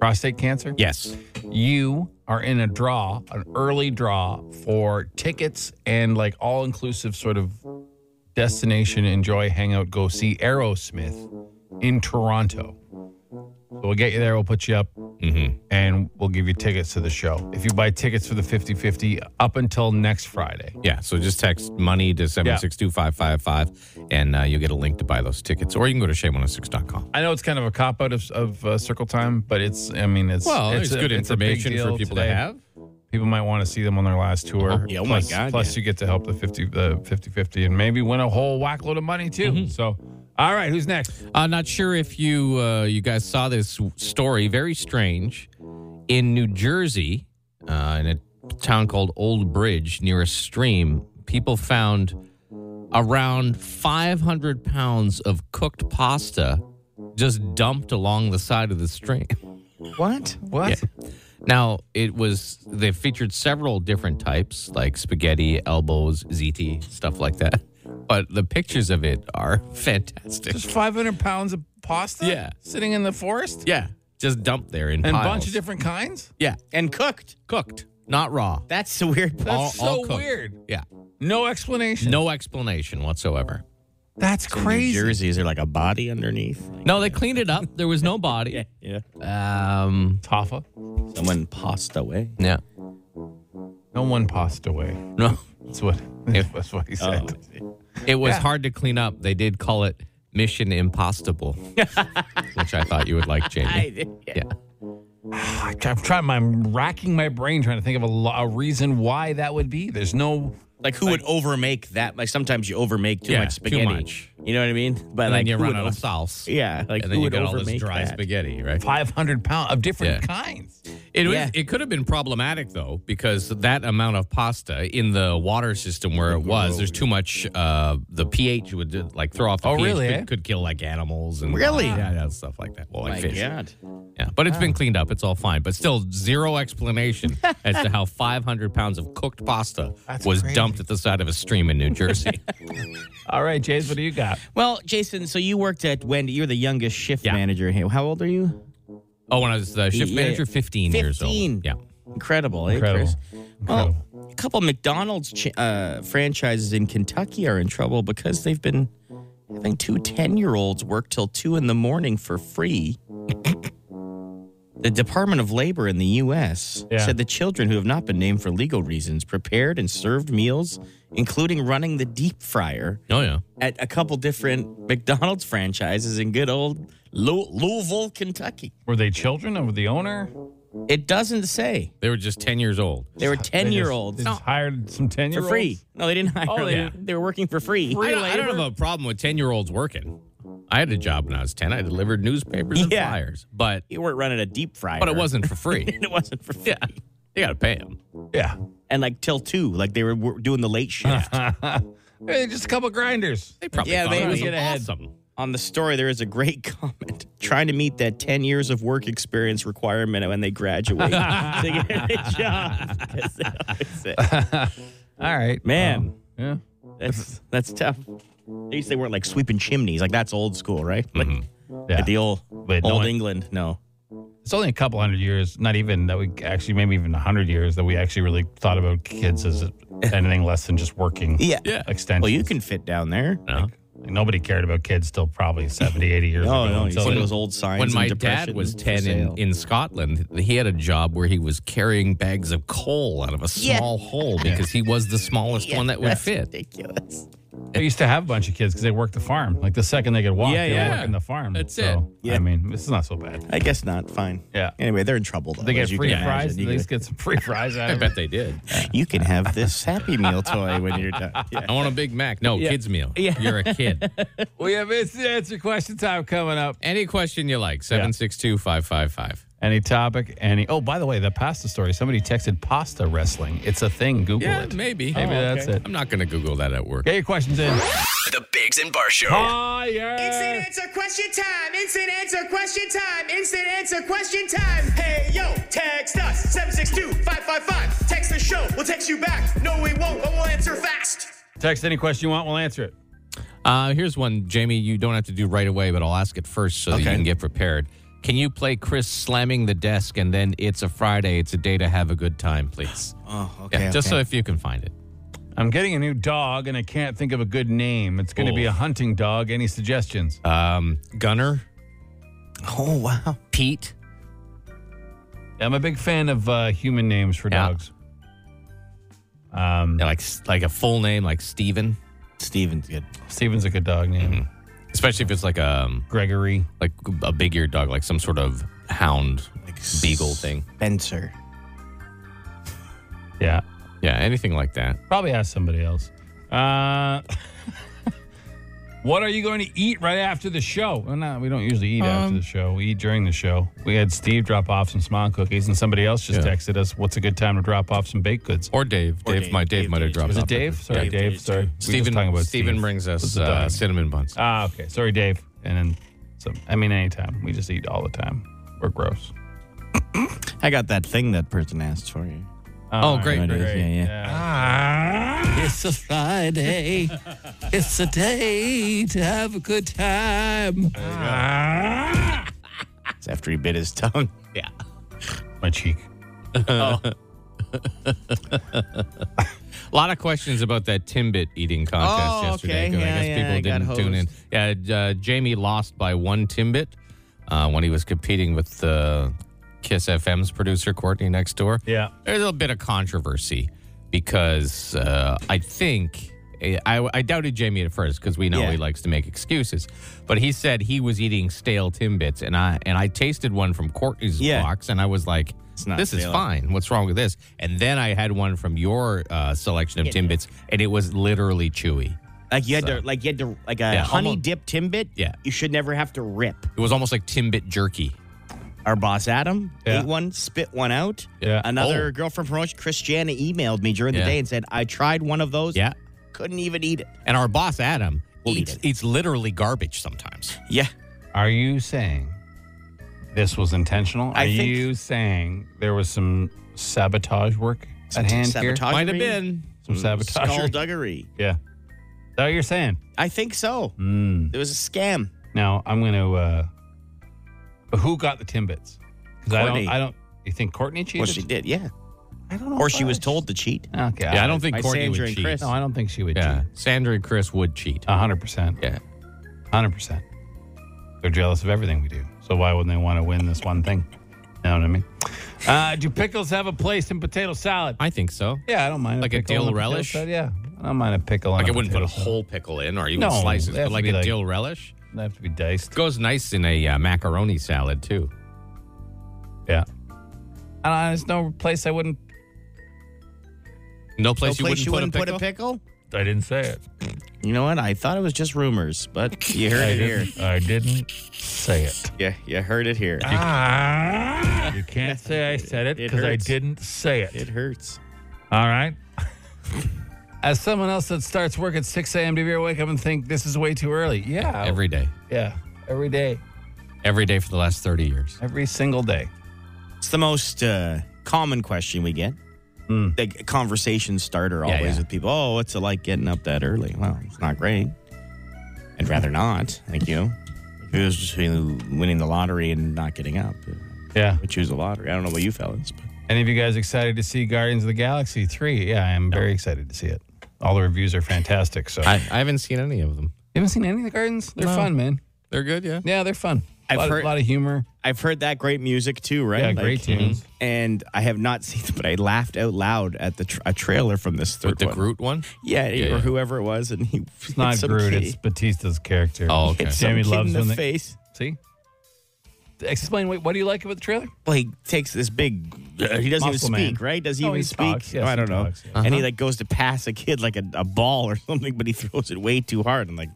Speaker 2: prostate cancer,
Speaker 3: yes.
Speaker 2: you are in a draw, an early draw for tickets and like all inclusive sort of destination, enjoy, hangout, go see Aerosmith in Toronto. So we'll get you there, we'll put you up,
Speaker 3: Mm-hmm.
Speaker 2: and we'll give you tickets to the show. If you buy tickets for the 50 50 up until next Friday.
Speaker 3: Yeah. So just text money to seven six two five five five, and uh, you'll get a link to buy those tickets, or you can go to shame106.com.
Speaker 2: I know it's kind of a cop out of, of uh, circle time, but it's, I mean, it's
Speaker 3: Well,
Speaker 2: it's
Speaker 3: there's
Speaker 2: a-
Speaker 3: good
Speaker 2: it's a big
Speaker 3: information for
Speaker 2: deal
Speaker 3: people
Speaker 2: today.
Speaker 3: to have.
Speaker 2: people might want to see them on their last tour.
Speaker 4: Oh, yeah, oh my
Speaker 2: Plus-
Speaker 4: God,
Speaker 2: plus
Speaker 4: yeah.
Speaker 2: you get to help the 50, the 50 50 and maybe win a whole whack load of money too.
Speaker 4: Mm-hmm.
Speaker 2: So, all right, who's next?
Speaker 3: Uh, I'm not sure if you uh, you guys saw this story. Very strange. In New Jersey, uh, in a town called Old Bridge near a stream, people found around 500 pounds of cooked pasta just dumped along the side of the stream.
Speaker 4: What?
Speaker 2: What?
Speaker 3: Now it was they featured several different types like spaghetti, elbows, ziti, stuff like that. But the pictures of it are fantastic.
Speaker 2: Just 500 pounds of pasta?
Speaker 3: Yeah.
Speaker 2: Sitting in the forest?
Speaker 3: Yeah, just dumped there in
Speaker 2: And a
Speaker 3: piles.
Speaker 2: bunch of different kinds?
Speaker 3: yeah,
Speaker 4: And cooked.
Speaker 3: cooked, not raw.
Speaker 4: That's the weird part.
Speaker 3: all,
Speaker 2: That's
Speaker 3: all
Speaker 2: so
Speaker 3: cooked.
Speaker 2: weird.
Speaker 3: Yeah,
Speaker 2: No explanation.
Speaker 3: no explanation whatsoever.
Speaker 2: That's
Speaker 4: New
Speaker 2: crazy.
Speaker 4: Jersey, is there like a body underneath?
Speaker 3: No, they cleaned it up. There was no body.
Speaker 4: Yeah.
Speaker 3: Um,
Speaker 2: Tafa.
Speaker 4: Someone passed away.
Speaker 3: yeah,
Speaker 2: No one passed away.
Speaker 3: no,
Speaker 2: That's what, that's what he
Speaker 4: Oh.
Speaker 2: said.
Speaker 3: it was
Speaker 2: Yeah.
Speaker 3: hard to clean up. They did call it Mission Impossible, which I thought you would like, Jamie. yeah.
Speaker 2: I, am trying, I'm racking my brain trying to think of a, lo- a reason why that would be. There's no,
Speaker 4: Like who would overmake that? Like sometimes you overmake too
Speaker 3: Yeah,
Speaker 4: much
Speaker 3: too
Speaker 4: spaghetti.
Speaker 3: much.
Speaker 4: You know what I mean? But
Speaker 3: And
Speaker 4: like
Speaker 3: then you
Speaker 4: who
Speaker 3: run
Speaker 4: would
Speaker 3: out of
Speaker 4: over-
Speaker 3: sauce.
Speaker 4: Yeah, like
Speaker 3: and
Speaker 4: who
Speaker 3: then you
Speaker 4: would
Speaker 3: get all
Speaker 4: overmake
Speaker 3: this dry
Speaker 4: that?
Speaker 3: spaghetti, right?
Speaker 2: 500 pounds of different
Speaker 3: Yeah.
Speaker 2: kinds.
Speaker 3: It was.
Speaker 4: Yeah.
Speaker 3: It could have been problematic though, because that amount of pasta in the water system where it was, there's too much. Uh, the pH would uh, like throw off. The
Speaker 2: Oh,
Speaker 3: pH,
Speaker 2: really,
Speaker 3: Could,
Speaker 2: eh?
Speaker 3: could kill like animals and
Speaker 4: Really? Oh.
Speaker 3: yeah, yeah, stuff like that. Well, like
Speaker 4: My
Speaker 3: fish.
Speaker 4: God.
Speaker 3: Yeah, but it's been cleaned up. It's all fine. But still, zero explanation as to how 500 pounds of cooked pasta
Speaker 2: That's
Speaker 3: was
Speaker 2: crazy.
Speaker 3: dumped at the side of a stream in New Jersey.
Speaker 2: All right, James, what do you got?
Speaker 4: Well, Jason, so you worked at Wendy. You're the youngest shift
Speaker 3: Yeah.
Speaker 4: manager here. How old are you?
Speaker 3: oh, when I was the shift
Speaker 4: Yeah.
Speaker 3: manager, 15, years
Speaker 4: 15.
Speaker 3: old. Yeah.
Speaker 4: Incredible, eh,
Speaker 2: Incredible.
Speaker 4: Chris? Well, a couple McDonald's ch- uh, franchises in Kentucky are in trouble because they've been having two 10 year olds work till 2 in the morning for free. the Department of Labor in the U.S.
Speaker 2: Yeah.
Speaker 4: said the children who have not been named for legal reasons prepared and served meals, including running the deep fryer
Speaker 3: Oh, yeah.
Speaker 4: at a couple different McDonald's franchises in good old Lou- Louisville, Kentucky.
Speaker 2: Were they children of the owner?
Speaker 4: It doesn't say.
Speaker 3: They were just 10 years old.
Speaker 4: They were 10 year olds.
Speaker 2: They just hired some 10 year
Speaker 4: for
Speaker 2: olds.
Speaker 4: free. No, they didn't hire
Speaker 2: Oh, they
Speaker 4: them.
Speaker 2: didn't-
Speaker 4: They were working for free.
Speaker 3: I don't, I don't have a problem with 10 year olds working. I had a job when I was 10. I delivered newspapers and
Speaker 4: Yeah.
Speaker 3: flyers, but
Speaker 4: You weren't running a deep fryer.
Speaker 3: but it wasn't for free.
Speaker 4: it wasn't for free.
Speaker 3: you got to pay them.
Speaker 2: Yeah.
Speaker 4: And like till two, like they were wor- doing the late shift.
Speaker 2: Hey, just a couple grinders.
Speaker 3: They probably
Speaker 4: Yeah,
Speaker 3: thought
Speaker 4: they
Speaker 3: it was
Speaker 4: would get
Speaker 2: ahead.
Speaker 3: awesome.
Speaker 4: on the story, there is a great comment trying to meet that 10 years of work experience requirement when they graduate to get a job. Because they always say-
Speaker 2: All right.
Speaker 4: Man.
Speaker 2: yeah.
Speaker 4: That's that's tough. They used to wear like sweeping chimneys. Like that's old school, right? Like, like the old
Speaker 2: But no
Speaker 4: old
Speaker 2: one-
Speaker 4: England. No.
Speaker 2: It's only a couple hundred years, not even that we actually, maybe even a hundred years that we actually really thought about kids as anything less than just working.
Speaker 4: Yeah. Yeah.
Speaker 2: Extensions.
Speaker 4: Well, you can fit down there.
Speaker 2: Like, like, nobody cared about kids till probably 70, 80 years
Speaker 4: Oh, No,
Speaker 2: ago.
Speaker 4: no, you
Speaker 2: until
Speaker 4: see
Speaker 2: they-
Speaker 4: those old
Speaker 3: Oh,
Speaker 4: signs.
Speaker 3: When
Speaker 4: and
Speaker 3: my
Speaker 4: depression
Speaker 3: dad was
Speaker 4: for
Speaker 3: 10
Speaker 4: sale.
Speaker 3: in, in Scotland, he had a job where he was carrying bags of coal out of a
Speaker 4: Yeah.
Speaker 3: small hole because he was the smallest one that would
Speaker 4: that's
Speaker 3: fit.
Speaker 4: Ridiculous.
Speaker 2: They used to have a bunch of kids because they worked the farm. Like the second they could walk,
Speaker 4: Yeah,
Speaker 2: they were
Speaker 4: yeah.
Speaker 2: working the farm.
Speaker 3: That's
Speaker 2: it. Yeah. I mean, it's not so bad.
Speaker 4: I guess not. Fine.
Speaker 2: Yeah.
Speaker 4: Anyway, they're in trouble though.
Speaker 2: They get
Speaker 4: as you
Speaker 2: free
Speaker 4: can
Speaker 2: fries.
Speaker 4: imagine. You
Speaker 2: They
Speaker 4: can-
Speaker 2: just get some free fries out
Speaker 3: I
Speaker 2: of it.
Speaker 3: bet they did.
Speaker 4: You can have this Happy Meal toy when you're done.
Speaker 3: I want a Big Mac. No,
Speaker 2: Yeah.
Speaker 3: kids meal.
Speaker 2: Yeah.
Speaker 3: You're a kid.
Speaker 2: We have instant answer question time coming up.
Speaker 3: Any question you like, 762 555.
Speaker 2: Any topic, any. Oh, by the way, the pasta story. Somebody texted pasta wrestling. It's a thing. Google
Speaker 3: Yeah,
Speaker 2: it.
Speaker 3: maybe.
Speaker 2: Maybe that's it.
Speaker 3: Oh, I'm not going to Google that at work.
Speaker 2: Get your questions in.
Speaker 7: The Bigs and Bar Show.
Speaker 2: Higher.
Speaker 10: answer question time. Instant answer question time. Instant answer question time. Hey, yo, text us 762 555. Text the show. We'll text you back. No, we won't, but we'll answer fast.
Speaker 2: Text any question you want. We'll answer it.
Speaker 3: Uh, here's one, Jamie, you don't have to do right away, but I'll ask it first so that
Speaker 4: Okay.
Speaker 3: you can get prepared. Can you play Chris slamming the desk and then it's a Friday, it's a day to have a good time, please?
Speaker 4: Oh, okay.
Speaker 3: Yeah, just
Speaker 4: okay.
Speaker 3: so if you can find it.
Speaker 2: I'm getting a new dog and I can't think of a good name. It's going to be
Speaker 3: Oh.
Speaker 2: a hunting dog. Any suggestions?
Speaker 3: Um, Gunner,
Speaker 4: Oh wow.
Speaker 3: Pete,
Speaker 2: I'm a big fan of uh, human names for
Speaker 3: Yeah.
Speaker 2: dogs. Um,
Speaker 3: yeah, like like a full name like Steven,
Speaker 4: Steven's good.
Speaker 2: Steven's a good dog name.
Speaker 3: especially if it's like um
Speaker 2: Gregory.
Speaker 3: like a big eared dog, like some sort of hound
Speaker 4: Like
Speaker 3: beagle thing.
Speaker 4: Spencer.
Speaker 2: Yeah.
Speaker 3: Yeah, anything like that.
Speaker 2: Probably ask somebody else. Uh, what are you going to eat right after the show? Well, no, we don't usually eat after the show. We eat during the show. We had Steve drop off some small cookies, and somebody else just
Speaker 3: Yeah.
Speaker 2: texted us, "What's a good time to drop off some baked goods?"
Speaker 3: Or Dave. Dave,
Speaker 4: Dave.
Speaker 3: my Dave,
Speaker 4: Dave
Speaker 3: might have
Speaker 4: did.
Speaker 3: dropped
Speaker 2: Was
Speaker 3: off
Speaker 2: it Dave? Sorry,
Speaker 4: Yeah,
Speaker 2: Dave.
Speaker 4: Dave.
Speaker 2: Sorry, We were just
Speaker 3: Steven,
Speaker 2: talking about
Speaker 3: Steven
Speaker 2: Steve.
Speaker 3: brings us
Speaker 2: the
Speaker 3: uh,
Speaker 2: dog?
Speaker 3: cinnamon buns.
Speaker 2: Ah, okay. Sorry, Dave. And then some. I mean, anytime. We just eat all the time. We're gross.
Speaker 4: I got that thing that person asked for you.
Speaker 3: Oh, great,
Speaker 4: great, yeah, yeah.
Speaker 2: Ah.
Speaker 3: It's a Friday. it's a day to have a good time.
Speaker 4: Ah. It's after he bit his tongue.
Speaker 3: Yeah.
Speaker 2: My cheek.
Speaker 3: A lot of questions about that Timbit eating contest
Speaker 4: Oh,
Speaker 3: yesterday.
Speaker 4: okay.
Speaker 3: 'cause
Speaker 4: Yeah,
Speaker 3: I guess
Speaker 4: yeah,
Speaker 3: people
Speaker 4: I got
Speaker 3: didn't tune in. Yeah, uh, Jamie lost by one Timbit uh, when he was competing with uh, Kiss FM's producer, Courtney, next door.
Speaker 2: Yeah.
Speaker 3: There's a bit of controversy because uh, I think. I, I doubted Jamie at first because we know
Speaker 4: Yeah.
Speaker 3: he likes to make excuses, but he said he was eating stale timbits, and I and I tasted one from Courtney's
Speaker 4: Yeah.
Speaker 3: box, and I was like,
Speaker 4: It's not
Speaker 3: "This is
Speaker 4: stale.
Speaker 3: fine. What's wrong with this?" And then I had one from your uh, selection of timbits, and it was literally chewy.
Speaker 4: Like you had to, like you had to, like a
Speaker 3: Yeah,
Speaker 4: honey
Speaker 3: almost-
Speaker 4: dipped timbit.
Speaker 3: Yeah.
Speaker 4: You should never have to rip.
Speaker 3: It was almost like timbit jerky.
Speaker 4: Our boss Adam
Speaker 2: Yeah.
Speaker 4: ate one, spit one out.
Speaker 2: Yeah.
Speaker 4: Another
Speaker 3: Oh.
Speaker 4: girlfriend from Roche, Christiana, emailed me during
Speaker 3: Yeah.
Speaker 4: the day and said I tried one of those.
Speaker 3: Yeah,
Speaker 4: Couldn't even eat it.
Speaker 3: and our boss Adam
Speaker 4: We'll eat
Speaker 3: eats
Speaker 4: it.
Speaker 3: eats literally garbage sometimes.
Speaker 4: Yeah.
Speaker 2: Are you saying this was intentional? Are
Speaker 4: I think-
Speaker 2: you saying there was some sabotage work
Speaker 4: Some
Speaker 2: at hand
Speaker 4: sabotage. Mm,
Speaker 2: here?
Speaker 3: Might have been.
Speaker 2: Some sabotage.
Speaker 4: Skullduggery.
Speaker 2: Yeah. Is that what you're saying?
Speaker 4: I think so.
Speaker 2: Mm.
Speaker 4: It was a scam.
Speaker 2: Now I'm going to. uh but Who got the timbits? Because I don't.
Speaker 4: Courtney.
Speaker 2: I don't. You think Courtney cheated?
Speaker 4: Well, she did, yeah.
Speaker 2: I don't know.
Speaker 4: Or
Speaker 2: if
Speaker 4: she
Speaker 2: I-
Speaker 4: was told to cheat.
Speaker 2: Okay.
Speaker 3: Yeah, I don't think
Speaker 4: By
Speaker 3: Courtney
Speaker 4: Sandra
Speaker 3: would
Speaker 4: and
Speaker 3: cheat.
Speaker 4: Chris.
Speaker 2: No, I don't think she would
Speaker 3: Yeah,
Speaker 2: cheat.
Speaker 3: Sandra and Chris would cheat.
Speaker 4: Uh,
Speaker 2: A hundred percent.
Speaker 3: Yeah.
Speaker 2: A hundred percent. They're jealous of everything we do. So why wouldn't they want to win this one thing? You know what I mean? Uh, do pickles have a place in potato salad?
Speaker 3: I think so.
Speaker 2: Yeah, I don't mind
Speaker 3: Like a
Speaker 2: pickle
Speaker 3: dill
Speaker 2: on potato
Speaker 3: relish?
Speaker 2: salad, Yeah, I don't mind a pickle. on
Speaker 3: Like
Speaker 2: a
Speaker 3: I wouldn't put a
Speaker 2: potato salad.
Speaker 3: whole pickle in or even
Speaker 2: No,
Speaker 3: slices,
Speaker 2: they have
Speaker 3: but
Speaker 2: to
Speaker 3: like
Speaker 2: be
Speaker 3: a
Speaker 2: like-
Speaker 3: dill relish
Speaker 2: They have to be diced.
Speaker 3: goes nice in a uh, macaroni salad too.
Speaker 2: Yeah. I don't, there's no place I wouldn't.
Speaker 3: No place
Speaker 4: no
Speaker 3: you
Speaker 4: place
Speaker 3: wouldn't,
Speaker 4: you wouldn't
Speaker 3: put, a
Speaker 4: put a
Speaker 3: pickle.
Speaker 4: pickle?
Speaker 2: I didn't say it.
Speaker 4: You know what? I thought it was just rumors, but you heard
Speaker 2: I
Speaker 4: it here.
Speaker 2: didn't, I didn't say it.
Speaker 4: Yeah, you heard it here.
Speaker 3: Ah.
Speaker 2: You can't say I said it
Speaker 4: It
Speaker 2: because I
Speaker 4: hurts.
Speaker 2: didn't say it.
Speaker 4: It hurts.
Speaker 2: All right. As someone else that starts work at 6 a.m., do you ever wake up and think this is way too early? Yeah.
Speaker 3: Every day.
Speaker 2: Yeah. Every day.
Speaker 3: Every day for the last 30 years.
Speaker 2: Every single day.
Speaker 4: It's the most uh, common question we get. The conversation starter always
Speaker 3: Hmm. yeah.
Speaker 4: with people. Oh, what's it like getting up that early? Well, it's not great. I'd rather not. Thank you. If it was just between winning the lottery and not getting up,
Speaker 2: Yeah.
Speaker 4: I would choose the lottery. I don't know about you fellas, but
Speaker 2: Any of you guys excited to see Guardians of the Galaxy 3? Yeah, I am very excited to see it. All the reviews are fantastic. So
Speaker 3: I, I haven't seen any of them.
Speaker 2: You haven't seen any of the gardens? They're
Speaker 3: No.
Speaker 2: fun, man.
Speaker 3: They're good, yeah.
Speaker 2: Yeah, they're fun. A
Speaker 4: I've
Speaker 2: lot,
Speaker 4: heard-
Speaker 2: a lot of humor.
Speaker 4: I've heard that great music too, right? mm-hmm.
Speaker 2: Yeah, great tunes.
Speaker 4: And I have not seen it, but I laughed out loud at the tra- a trailer from this third
Speaker 3: With the
Speaker 4: one.
Speaker 3: Groot one?
Speaker 4: Yeah,
Speaker 3: Yeah,
Speaker 4: or
Speaker 3: yeah.
Speaker 4: whoever it was, and he
Speaker 2: It's not Groot. It's Batista's character.
Speaker 3: Oh, okay.
Speaker 4: It's
Speaker 2: Jamie
Speaker 4: some kid
Speaker 2: loves
Speaker 4: in the
Speaker 2: when they-
Speaker 4: face.
Speaker 2: See? Explain. Wait, what do you like about the trailer?
Speaker 4: Well, he takes this big. Uh, he doesn't even
Speaker 2: Muscle
Speaker 4: speak,
Speaker 2: man.
Speaker 4: right? Does he
Speaker 2: No,
Speaker 4: even
Speaker 2: he
Speaker 4: speak?
Speaker 2: talks. Yes,
Speaker 4: oh, I
Speaker 2: he
Speaker 4: don't know.
Speaker 2: talks, yeah.
Speaker 4: And he like goes to pass a kid like a, a ball or something, but he throws it way too hard. And like,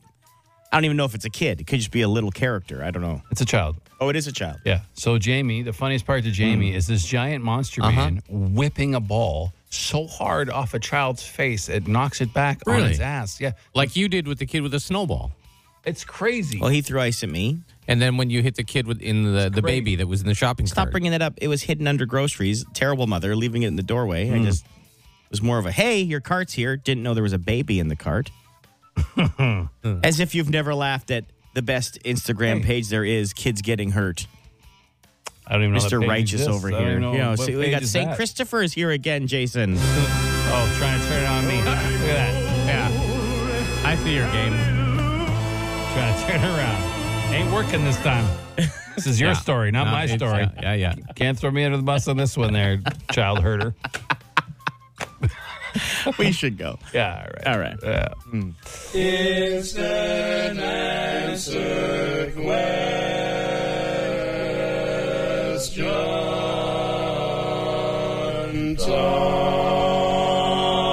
Speaker 4: I don't even know if it's a kid. It could just be a little character. I don't know.
Speaker 2: It's a child.
Speaker 4: Oh, it is a child.
Speaker 2: Yeah. So Jamie, the funniest part to Jamie is this giant monster man whipping a ball so hard off a child's face it knocks it back on
Speaker 3: Really?
Speaker 2: its ass. Yeah.
Speaker 3: Like you did with the kid with the snowball.
Speaker 2: It's crazy.
Speaker 4: Well, he threw ice at me.
Speaker 3: And then when you hit the kid with in the, the
Speaker 2: crazy.
Speaker 3: baby that was in the shopping
Speaker 4: Stop
Speaker 3: cart.
Speaker 4: bringing that up. It was hidden under groceries. Terrible mother leaving it in the doorway. I just it was more of a hey, your cart's here. Didn't know there was a baby in the cart. As if you've never laughed at the best Instagram page there is, kids getting hurt.
Speaker 2: I don't even know. that
Speaker 4: Mr.
Speaker 2: page
Speaker 4: Righteous
Speaker 2: exists.
Speaker 4: over
Speaker 2: I don't
Speaker 4: here.
Speaker 2: even know
Speaker 4: You know,
Speaker 2: what
Speaker 4: see, we
Speaker 2: page
Speaker 4: got
Speaker 2: is
Speaker 4: St.
Speaker 2: that.
Speaker 4: Christopher is here again, Jason.
Speaker 2: Oh, trying to turn it on me. Look at that. Yeah. I see your game. Trying to turn it around. Ain't working this time. This is your
Speaker 3: Yeah.
Speaker 2: story, not
Speaker 3: No,
Speaker 2: my
Speaker 3: it's-
Speaker 2: story.
Speaker 3: Yeah, yeah. yeah.
Speaker 2: Can't throw me under the bus on this one there, child herder.
Speaker 4: we should go.
Speaker 2: Yeah, all right.
Speaker 4: All right.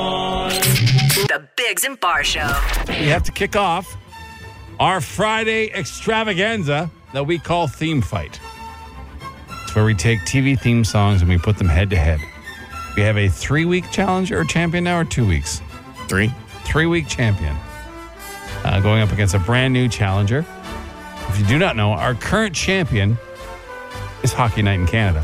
Speaker 1: The Bigs and Bar Show.
Speaker 2: We have to kick off our Friday extravaganza that we call Theme Fight. It's where we take TV theme songs and we put them head to head. We have a three week challenge or champion now, or two weeks?
Speaker 4: Three.
Speaker 2: three week champion, uh, going up against a brand new challenger. If you do not know, our current champion is Hockey Night in Canada.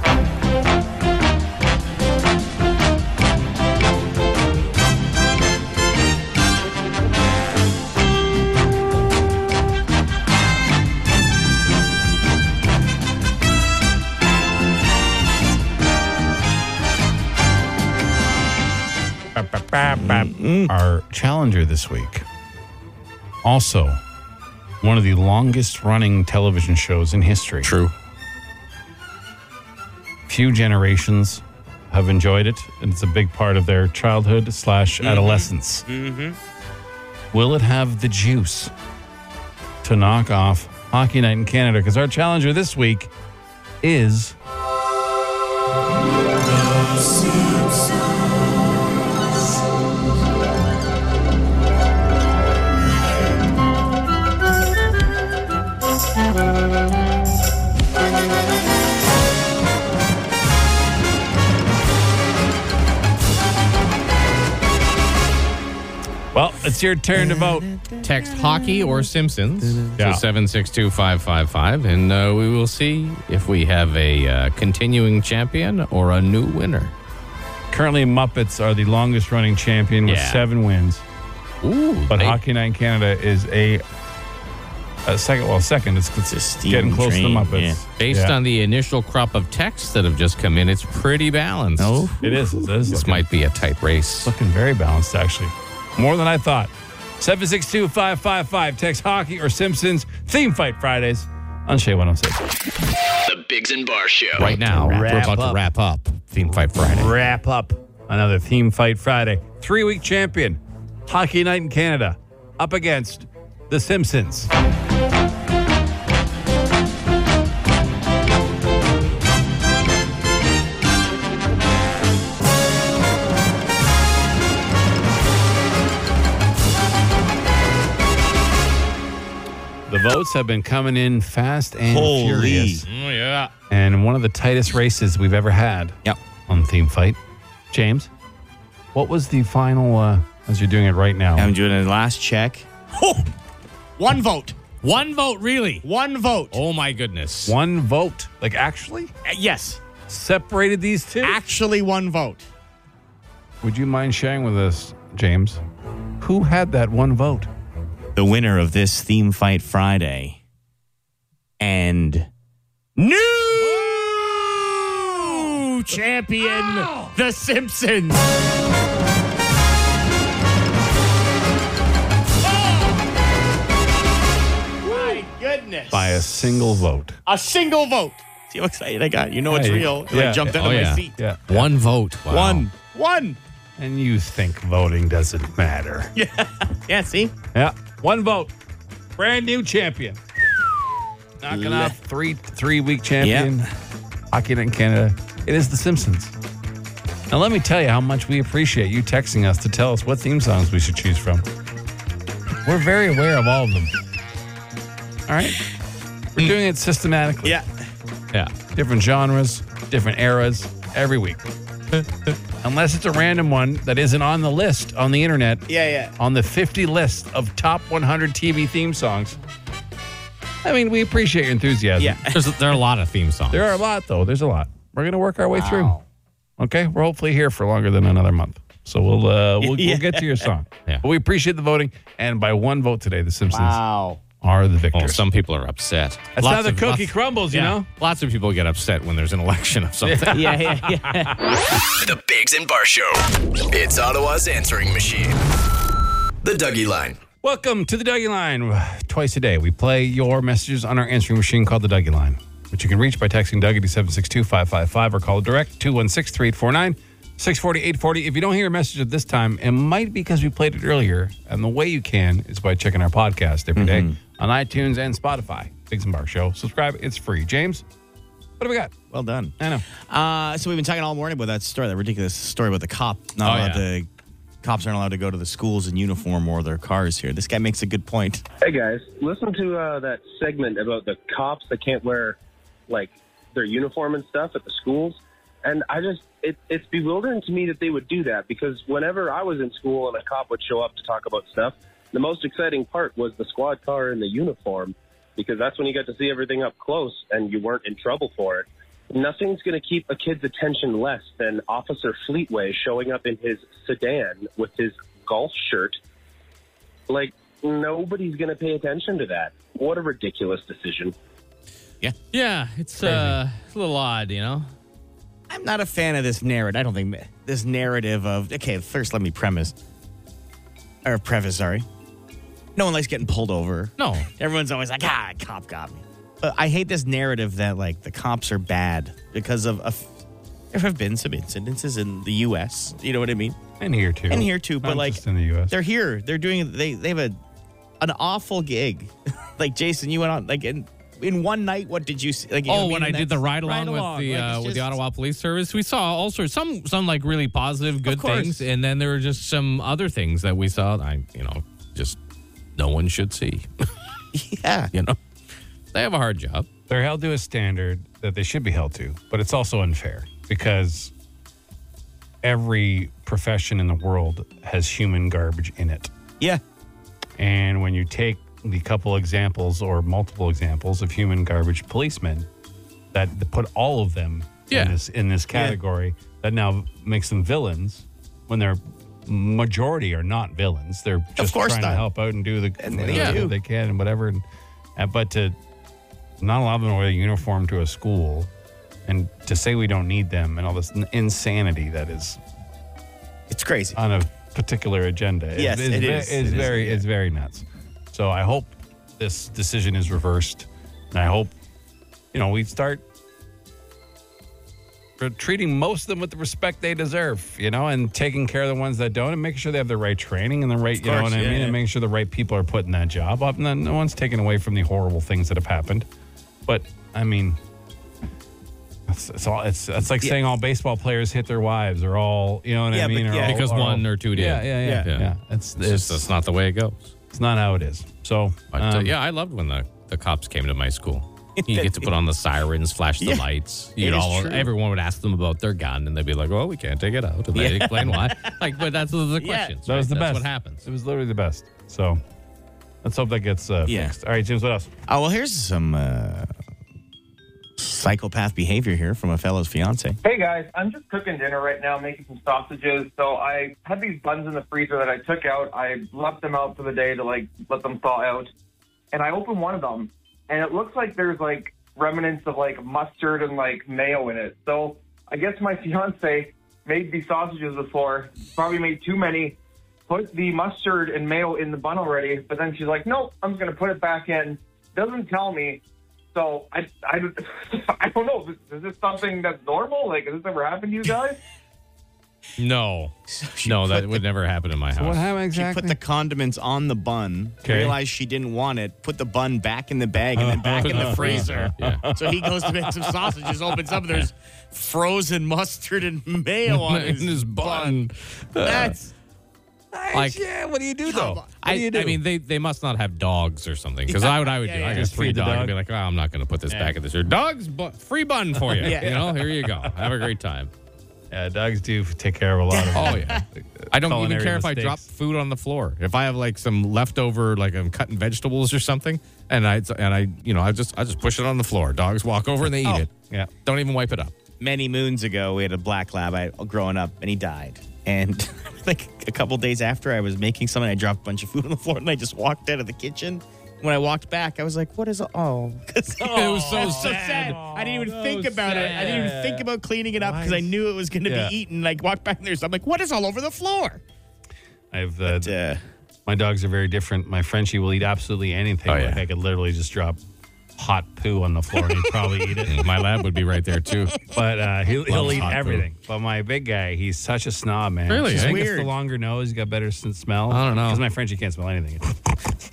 Speaker 2: Our challenger this week, also one of the longest running television shows in history.
Speaker 3: True.
Speaker 2: Few generations have enjoyed it, and it's a big part of their childhood slash
Speaker 3: Mm-hmm.
Speaker 2: adolescence. Will it have the juice to knock off Hockey Night in Canada? Because our challenger this week is. Well, it's your turn to vote.
Speaker 3: Text hockey or Simpsons
Speaker 2: Yeah.
Speaker 3: to 762555, and uh, we will see if we have a uh, continuing champion or a new winner.
Speaker 2: Currently, Muppets are the longest running champion with
Speaker 3: Yeah.
Speaker 2: seven wins,
Speaker 3: Ooh,
Speaker 2: but
Speaker 3: they-
Speaker 2: Hockey Night in Canada is a, a second. Well, second. It's, it's
Speaker 4: a steam
Speaker 2: getting close to
Speaker 4: train,
Speaker 2: the Muppets.
Speaker 4: yeah.
Speaker 3: based
Speaker 2: Yeah.
Speaker 3: on the initial crop of texts that have just come in, it's pretty balanced.
Speaker 4: No.
Speaker 2: it is. It is
Speaker 3: This
Speaker 2: looking,
Speaker 3: might be a tight race.
Speaker 2: looking very balanced actually, more than I thought. Seven six two five five five. Text hockey or Simpsons theme fight Fridays on Shea one hundred six.
Speaker 7: The Bigs and Bar Show.
Speaker 3: Right now,
Speaker 2: wrap
Speaker 3: we're
Speaker 2: up.
Speaker 3: about Oh, to wrap up Oh, Theme Fight Friday.
Speaker 2: Wrap up another theme fight Friday. Three week champion, Hockey Night in Canada, up against the Simpsons. The votes have been coming in fast and
Speaker 4: Holy.
Speaker 2: furious,
Speaker 3: Oh, yeah.
Speaker 2: and one of the tightest races we've ever had
Speaker 4: Yep.
Speaker 2: on Theme Fight. James, what was the final uh, As you're doing it right now.
Speaker 4: I'm doing a last check.
Speaker 3: Oh, one vote. One vote, really?
Speaker 4: One vote.
Speaker 3: Oh, my goodness.
Speaker 2: One vote. Like, actually?
Speaker 3: Uh, yes.
Speaker 2: Separated these two?
Speaker 3: Actually, one vote.
Speaker 2: Would you mind sharing with us, James, who had that one vote?
Speaker 4: The winner of this theme fight Friday and new
Speaker 3: champion, Ow! The Simpsons.
Speaker 4: My goodness.
Speaker 2: By a single vote.
Speaker 4: A single vote. See how excited I got. You know it's
Speaker 2: Yeah, you-
Speaker 4: real.
Speaker 2: yeah.
Speaker 4: I jumped out
Speaker 2: Oh,
Speaker 4: of
Speaker 2: yeah.
Speaker 4: my seat.
Speaker 2: Yeah.
Speaker 3: One vote. Wow.
Speaker 4: One. One.
Speaker 2: And you think voting doesn't matter. Yeah.
Speaker 4: Yeah, see?
Speaker 2: One vote. Brand new champion. Knocking off three three week champion. Hockey Night in Canada. It is The Simpsons. Now let me tell you how much we appreciate you texting us to tell us what theme songs we should choose from. We're very aware of all of them. All right. We're doing it systematically.
Speaker 4: Yeah.
Speaker 2: Yeah. Different genres, different eras every week. Unless it's a random one that isn't on the list on the internet,
Speaker 4: Yeah, yeah.
Speaker 2: on the 50 list of top 100 TV theme songs. I mean, we appreciate your enthusiasm.
Speaker 4: Yeah.
Speaker 3: There's, there are a lot of theme songs.
Speaker 2: There are a lot, though. There's a lot. We're going to work our way through. Okay. We're hopefully here for longer than another month. So we'll uh, we'll, we'll get to your song.
Speaker 3: Yeah.
Speaker 2: But we appreciate the voting. And by one vote today, The Simpsons are the victors.
Speaker 3: Well, some people are upset.
Speaker 2: That's how the cookie
Speaker 3: lots-
Speaker 2: crumbles, you
Speaker 3: yeah.
Speaker 2: know?
Speaker 3: Lots of people get upset when there's an election of something.
Speaker 4: Yeah, yeah, yeah.
Speaker 7: The Bigs and Bar Show. It's Ottawa's answering machine. The Dougie Line.
Speaker 2: Welcome to the Dougie Line. Twice a day, we play your messages on our answering machine called the Dougie Line, which you can reach by texting Dougie to 762-555 or call direct 216-349-640-840. If you don't hear a message at this time, it might be because we played it earlier. And the way you can is by checking our podcast every day
Speaker 4: Mm-hmm.
Speaker 2: on iTunes and Spotify. Big and Bar Show. Subscribe. It's free. James, what do we got?
Speaker 4: Well done.
Speaker 2: I know.
Speaker 4: Uh, so we've been talking all morning about that story, that ridiculous story about the cop not
Speaker 3: Oh,
Speaker 4: allowed
Speaker 3: yeah.
Speaker 4: to. Cops aren't allowed to go to the schools in uniform or their cars here. This guy makes a good point.
Speaker 13: Hey guys, listen to uh, that segment about the cops that can't wear like their uniform and stuff at the schools, and I just it, it's bewildering to me that they would do that because whenever I was in school and a cop would show up to talk about stuff, the most exciting part was the squad car and the uniform because that's when you got to see everything up close and you weren't in trouble for it. Nothing's going to keep a kid's attention less than Officer Fleetway showing up in his sedan with his golf shirt like nobody's going to pay attention to that. What a ridiculous decision.
Speaker 3: yeah, it's uh, a little odd, you know?
Speaker 4: I'm not a fan of this narrative. I don't think this narrative of okay. First, let me premise or preface. Sorry, no one likes getting pulled over.
Speaker 3: No.
Speaker 4: Everyone's always like, ah, a cop got me. But I hate this narrative that like the cops are bad because of a f- there have been some incidences in the U.S. You know what I mean?
Speaker 2: And here too.
Speaker 4: And here too, but
Speaker 2: Not
Speaker 4: like-
Speaker 2: just in the U.S.
Speaker 4: They're here. They're doing. They they have a an awful gig. like Jason, you went on like in in one night. What did you see? Like, you know
Speaker 3: oh,
Speaker 4: what
Speaker 3: when I
Speaker 4: mean?
Speaker 3: did the ride
Speaker 4: That's-
Speaker 3: along with the
Speaker 4: Like,
Speaker 3: uh,
Speaker 4: it's
Speaker 3: with the
Speaker 4: just-
Speaker 3: Ottawa Police Service, we saw all sorts some some like really positive good
Speaker 4: course.
Speaker 3: things, and then there were just some other things that we saw. I you know just no one should see.
Speaker 4: Yeah.
Speaker 3: You know, they have a hard job.
Speaker 2: they're held to a standard that they should be held to, but it's also unfair because every profession in the world has human garbage in it.
Speaker 4: Yeah.
Speaker 2: And when you take the couple examples or multiple examples of human garbage policemen that put all of them
Speaker 3: Yeah.
Speaker 2: in this in this category that now makes them villains when their majority are not villains. They're just
Speaker 4: course
Speaker 2: trying to
Speaker 4: not.
Speaker 2: help out and do the
Speaker 4: And they
Speaker 2: whatever
Speaker 4: do.
Speaker 2: they can and whatever. And, and- but to not allow them to wear a uniform to a school and to say we don't need them and all this n- insanity that is
Speaker 4: It's crazy.
Speaker 3: Uh,
Speaker 2: on a particular agenda. is-
Speaker 4: Yes,
Speaker 2: is,
Speaker 4: it
Speaker 2: ve-
Speaker 4: is. It is,
Speaker 2: very is very nuts. So I hope this decision is reversed, and I hope you know we start for treating most of them with the respect they deserve, you know, and taking care of the ones that don't, and making sure they have the right training and the right, you know
Speaker 4: course,
Speaker 2: what I
Speaker 4: yeah,
Speaker 2: mean,
Speaker 4: yeah.
Speaker 2: and making sure the right people are put in that job. Up, no, no one's taken away from the horrible things that have happened, but I mean. It's, it's all. It's, it's like saying all baseball players hit their wives, or all you know what
Speaker 4: Yeah,
Speaker 2: I
Speaker 4: but
Speaker 2: mean, or
Speaker 4: yeah.
Speaker 2: all-
Speaker 3: Because
Speaker 2: or all-
Speaker 3: one or two did.
Speaker 2: Yeah, yeah, yeah,
Speaker 3: Yeah.
Speaker 2: yeah. It's
Speaker 3: It's,
Speaker 2: it's,
Speaker 3: just that's not the way it goes.
Speaker 2: it's not how it is. So
Speaker 3: But uh,
Speaker 2: um,
Speaker 3: yeah, I loved when the the cops came to my school. You get to put on the sirens, flash the
Speaker 4: Yeah.
Speaker 3: lights.
Speaker 4: It
Speaker 3: You
Speaker 4: is
Speaker 3: all
Speaker 4: true.
Speaker 3: everyone would ask them about their gun, and they'd be like, "Well, we can't take it out," and they
Speaker 2: Yeah.
Speaker 3: explain why. Like, but that's the
Speaker 2: Yeah.
Speaker 3: questions.
Speaker 2: That was
Speaker 3: right?
Speaker 2: the
Speaker 3: That's
Speaker 2: best.
Speaker 3: What happens?
Speaker 2: It was literally the best. So let's hope that gets uh,
Speaker 4: Yeah.
Speaker 2: fixed. All right, James, what else?
Speaker 4: Oh, well, here's some uh, psychopath behavior here from a fellow's fiance.
Speaker 14: Hey guys, I'm just cooking dinner right now, making some sausages. So I had these buns in the freezer that I took out. I left them out for the day to like let them thaw out. And I opened one of them, and it looks like there's like remnants of like mustard and like mayo in it. So I guess my fiance made these sausages before, probably made too many, put the mustard and mayo in the bun already. But then she's like, nope, I'm just gonna put it back in. Doesn't tell me. So I, I, I don't know. Is, is this something that's normal? Like, has this ever happened to you guys?
Speaker 3: No, no, that would never happen in my house.
Speaker 4: She put the condiments on the bun,
Speaker 3: Okay.
Speaker 4: realized she didn't want it, put the bun back in the bag, and then
Speaker 3: Oh.
Speaker 4: back in the freezer.
Speaker 3: Yeah.
Speaker 4: So he goes to make some sausages, opens up, and there's frozen mustard and mayo on
Speaker 3: In
Speaker 4: his,
Speaker 3: his bun. Uh,
Speaker 4: That's
Speaker 3: Like-
Speaker 4: yeah. What do you do
Speaker 3: Come
Speaker 4: though?
Speaker 3: on. I, I mean, they, they must not have dogs or something. Because
Speaker 4: Yeah.
Speaker 3: I would I would
Speaker 4: Yeah,
Speaker 3: do.
Speaker 4: yeah.
Speaker 3: I got
Speaker 4: Just
Speaker 3: three
Speaker 4: feed the
Speaker 3: dogs and
Speaker 4: dog.
Speaker 3: be like, oh, I'm not going to put this back in this. Or dogs, bu- free bun for you.
Speaker 4: Yeah.
Speaker 3: You know, here you go. Have a great time.
Speaker 2: Yeah, dogs do take care of a lot of.
Speaker 3: Oh yeah. I don't even
Speaker 2: Culinary
Speaker 3: care if I
Speaker 2: mistakes.
Speaker 3: drop food on the floor. If I have like some leftover, like I'm cutting vegetables or something, and I and I you know I just I just push it on the floor. Dogs walk over and they eat it.
Speaker 2: Yeah.
Speaker 3: Don't even wipe it up.
Speaker 4: Many moons ago, we had a black lab. I growing up, and he died. And like a couple days after, I was making something. I dropped a bunch of food on the floor, and I just walked out of the kitchen. When I walked back, I was like, "What is oh?" 'Cause
Speaker 3: It was so
Speaker 4: it's
Speaker 3: sad.
Speaker 4: I didn't even
Speaker 3: So
Speaker 4: think about it. I didn't even think about cleaning it up because I
Speaker 2: Nice.
Speaker 4: knew it was going to
Speaker 2: Yeah.
Speaker 4: be eaten. Like walked back and there's, I'm like, "What is all over the floor?"
Speaker 2: I've uh, my dogs are very different. My Frenchie will eat absolutely anything.
Speaker 3: Oh, yeah.
Speaker 2: Like I could literally just drop hot poo on the floor and he'd probably eat it.
Speaker 3: My lab would be right there too.
Speaker 2: But uh, he'll, he'll
Speaker 3: Loves
Speaker 2: eat
Speaker 3: hot poo.
Speaker 2: everything. But my big guy, he's such a snob, man.
Speaker 3: Really?
Speaker 2: Just
Speaker 3: Eh?
Speaker 2: think it's
Speaker 3: Weird.
Speaker 2: the longer nose, he's got better s- smell.
Speaker 3: I don't know.
Speaker 2: Because my Frenchie can't smell anything.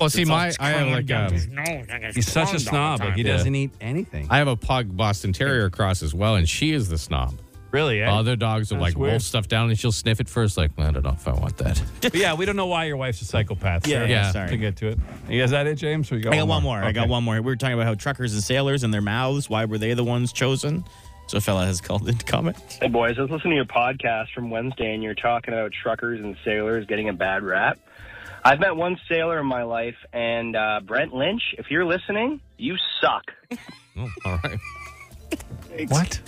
Speaker 3: Well, see,
Speaker 2: It's all
Speaker 3: my I have
Speaker 2: crammed
Speaker 3: like
Speaker 2: down his
Speaker 3: a,
Speaker 2: He's such a snob. Like he
Speaker 3: Yeah.
Speaker 2: doesn't eat anything.
Speaker 3: I have a pug Boston Terrier cross as well, and she is the snob.
Speaker 2: Really? eh?
Speaker 3: Other dogs will
Speaker 2: That's
Speaker 3: like
Speaker 2: weird.
Speaker 3: wolf stuff down, and she'll sniff it first. Like, I don't know if I want that.
Speaker 2: But yeah, we don't know why your wife's a psychopath.
Speaker 4: Yeah,
Speaker 2: Sure.
Speaker 4: yeah, sorry.
Speaker 2: To get to it. Is that it, James? Or you got
Speaker 4: I got one more. I got
Speaker 2: Oh, Okay.
Speaker 4: one more. We were talking about how truckers and sailors and their mouths. Why were they the ones chosen? So a fella has called in to comment.
Speaker 15: Hey, boys, I was listening to your podcast from Wednesday, and you're talking about truckers and sailors getting a bad rap. I've met one sailor in my life, and uh, Brent Lynch, if you're listening, you suck.
Speaker 3: Oh, all right. What?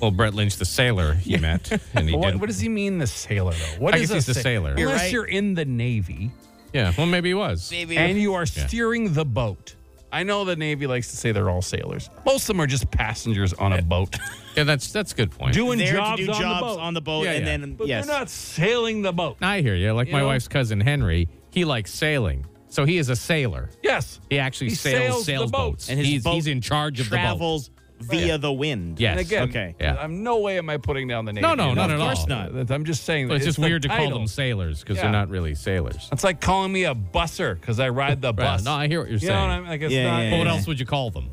Speaker 3: well, Brett Lynch, the sailor he met, and he
Speaker 2: What,
Speaker 3: didn't.
Speaker 2: what does he mean, the sailor? Though? What
Speaker 3: I
Speaker 2: is
Speaker 3: guess he's the
Speaker 2: sa-
Speaker 3: sailor. You're
Speaker 2: Unless
Speaker 3: right.
Speaker 2: you're in the navy
Speaker 3: yeah. Well, maybe he was.
Speaker 2: and you are steering the boat. I know the navy likes to say they're all sailors. Most of them are just passengers on a boat,
Speaker 3: Yeah, that's that's a good point.
Speaker 2: doing
Speaker 4: There to
Speaker 2: jobs,
Speaker 4: do
Speaker 2: on,
Speaker 4: jobs
Speaker 2: the boat.
Speaker 4: on the boat, and then-
Speaker 2: but
Speaker 4: yes.
Speaker 2: they're not sailing the boat.
Speaker 3: I hear you. Like
Speaker 2: You
Speaker 3: my
Speaker 2: know?
Speaker 3: wife's cousin Henry, he likes sailing, so he is a sailor.
Speaker 2: Yes,
Speaker 3: He actually
Speaker 2: He
Speaker 3: sails,
Speaker 2: sails the
Speaker 3: sails boats,
Speaker 2: boats.
Speaker 4: And his
Speaker 3: he's,
Speaker 4: boat
Speaker 3: he's in charge of
Speaker 4: Travels via the
Speaker 3: the
Speaker 4: wind.
Speaker 3: boat. Yes.
Speaker 2: and again,
Speaker 4: Okay.
Speaker 3: Yeah.
Speaker 2: I'm no way am I putting down the navy.
Speaker 3: No, no, not at all.
Speaker 2: Of course not. I'm just saying.
Speaker 3: But it's, just
Speaker 2: the
Speaker 3: weird to call
Speaker 2: title.
Speaker 3: them sailors because
Speaker 2: Yeah.
Speaker 3: they're not really sailors.
Speaker 2: It's like calling me a busser because I ride the
Speaker 3: Right.
Speaker 2: bus.
Speaker 3: No, I hear what you're
Speaker 2: You
Speaker 3: saying.
Speaker 2: know what I mean? Like it's
Speaker 4: Yeah,
Speaker 2: not.
Speaker 4: yeah,
Speaker 3: But what else would you call them?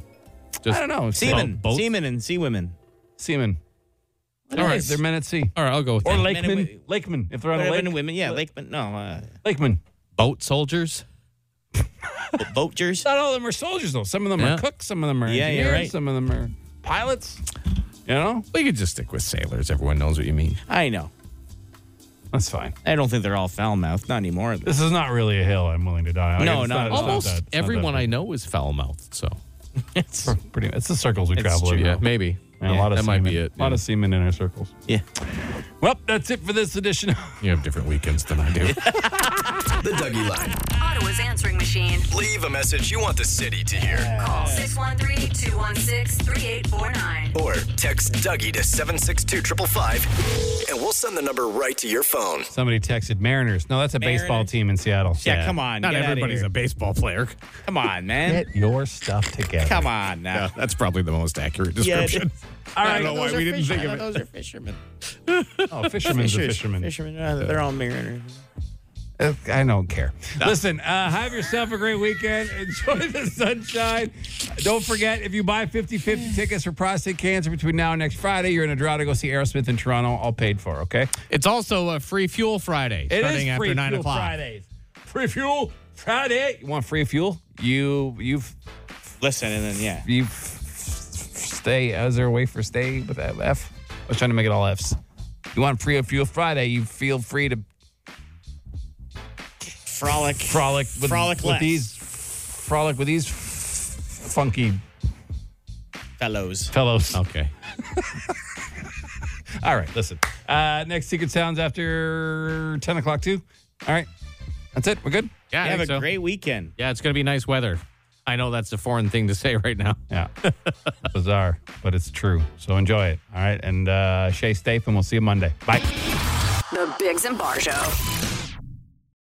Speaker 3: Just
Speaker 2: I don't know.
Speaker 4: Seamen,
Speaker 2: Boat- boat-
Speaker 4: seamen, and seamen.
Speaker 2: Seaman.
Speaker 4: What
Speaker 2: All right,
Speaker 4: is-
Speaker 2: they're men at sea.
Speaker 3: All right, I'll go with
Speaker 2: Or
Speaker 3: that.
Speaker 4: Men and
Speaker 2: lakemen.
Speaker 4: wi-
Speaker 2: Lakemen. If they're on a
Speaker 4: Men and
Speaker 2: lake.
Speaker 4: women, yeah, lakemen. No, uh,
Speaker 2: Lakemen.
Speaker 3: Boat soldiers.
Speaker 4: boaters.
Speaker 2: Not all of them are soldiers, though. Some of them
Speaker 3: Yeah.
Speaker 2: are cooks. Some of them are
Speaker 4: Yeah, you're
Speaker 2: engineers.
Speaker 4: right.
Speaker 2: Some of them are pilots. You know?
Speaker 3: We could just stick with sailors. Everyone knows what you mean.
Speaker 4: I know.
Speaker 2: That's fine.
Speaker 4: I don't think they're all foul mouthed. Not anymore.
Speaker 2: This is not really a hill I'm willing to die on.
Speaker 4: No,
Speaker 2: It's
Speaker 4: not at
Speaker 2: it's
Speaker 4: all.
Speaker 2: that-
Speaker 3: Almost
Speaker 2: it's not that
Speaker 3: everyone
Speaker 2: big.
Speaker 3: I know is foul mouthed. So
Speaker 4: It's-
Speaker 2: Pretty It's the circles we
Speaker 4: It's
Speaker 2: travel
Speaker 4: true.
Speaker 2: in.
Speaker 3: yeah,
Speaker 2: though.
Speaker 3: maybe
Speaker 2: And
Speaker 3: Yeah,
Speaker 2: a lot of
Speaker 3: that might be
Speaker 2: seamen-
Speaker 3: it.
Speaker 2: A lot
Speaker 3: yeah.
Speaker 2: of seamen in our circles.
Speaker 4: yeah.
Speaker 2: Well, that's it for this edition.
Speaker 3: you have different weekends than I do.
Speaker 7: The Dougie Line.
Speaker 1: Ottawa's answering machine.
Speaker 7: Leave a message you want the city to hear.
Speaker 1: Call 613 216 3849.
Speaker 7: Or text Dougie to 762 555 and we'll send the number right to your phone.
Speaker 2: Somebody texted Mariners. No, that's a baseball
Speaker 4: Mariners.
Speaker 2: team in Seattle.
Speaker 4: Yeah, come on.
Speaker 3: Not
Speaker 4: get outta
Speaker 3: everybody's
Speaker 4: here.
Speaker 3: a baseball player.
Speaker 4: Come on, man.
Speaker 2: Get your stuff together.
Speaker 4: Come on now.
Speaker 3: that's probably the most accurate
Speaker 4: Yeah, it
Speaker 3: description.
Speaker 4: is.
Speaker 2: All
Speaker 4: Oh, I
Speaker 2: right.
Speaker 4: don't know why
Speaker 3: Those are
Speaker 4: we didn't
Speaker 3: fish-
Speaker 4: think
Speaker 3: I
Speaker 4: of it.
Speaker 3: thought
Speaker 4: Those are fishermen.
Speaker 2: Oh, fisherman's a fisherman.
Speaker 4: Fishermen. uh, they're all mariners.
Speaker 2: Uh, I don't care. Listen, uh, have yourself a great weekend. Enjoy the sunshine. Don't forget, if you buy 50 50 tickets for prostate cancer between now and next Friday, you're in a draw to go see Aerosmith in Toronto, all paid for, okay?
Speaker 3: It's also a free fuel Friday
Speaker 2: It is
Speaker 3: starting after
Speaker 2: free
Speaker 3: nine
Speaker 2: fuel
Speaker 3: o'clock.
Speaker 2: Fridays. Free fuel Friday. You want free fuel? You, you've
Speaker 4: listen, and then yeah.
Speaker 2: You f- f- stay. uh, Is there a way for stay with that F? I was trying to make it all Fs. You want free fuel Friday? You feel free to
Speaker 4: frolic,
Speaker 2: frolic, with,
Speaker 4: frolic
Speaker 2: with
Speaker 4: less.
Speaker 2: these, frolic with these f- funky
Speaker 4: fellows.
Speaker 2: Fellows. Okay. all right. Listen. Uh, next secret sounds after ten o'clock too. All right. That's it. We're good.
Speaker 3: Yeah, I
Speaker 4: have a
Speaker 3: think so.
Speaker 4: great weekend.
Speaker 3: Yeah, it's going to be nice weather. I know that's a foreign thing to say right now.
Speaker 2: Yeah. Bizarre, but it's true. So enjoy it. All right. And uh, Shay Statham, we'll see you Monday. Bye.
Speaker 1: The Biggs and Bar Show.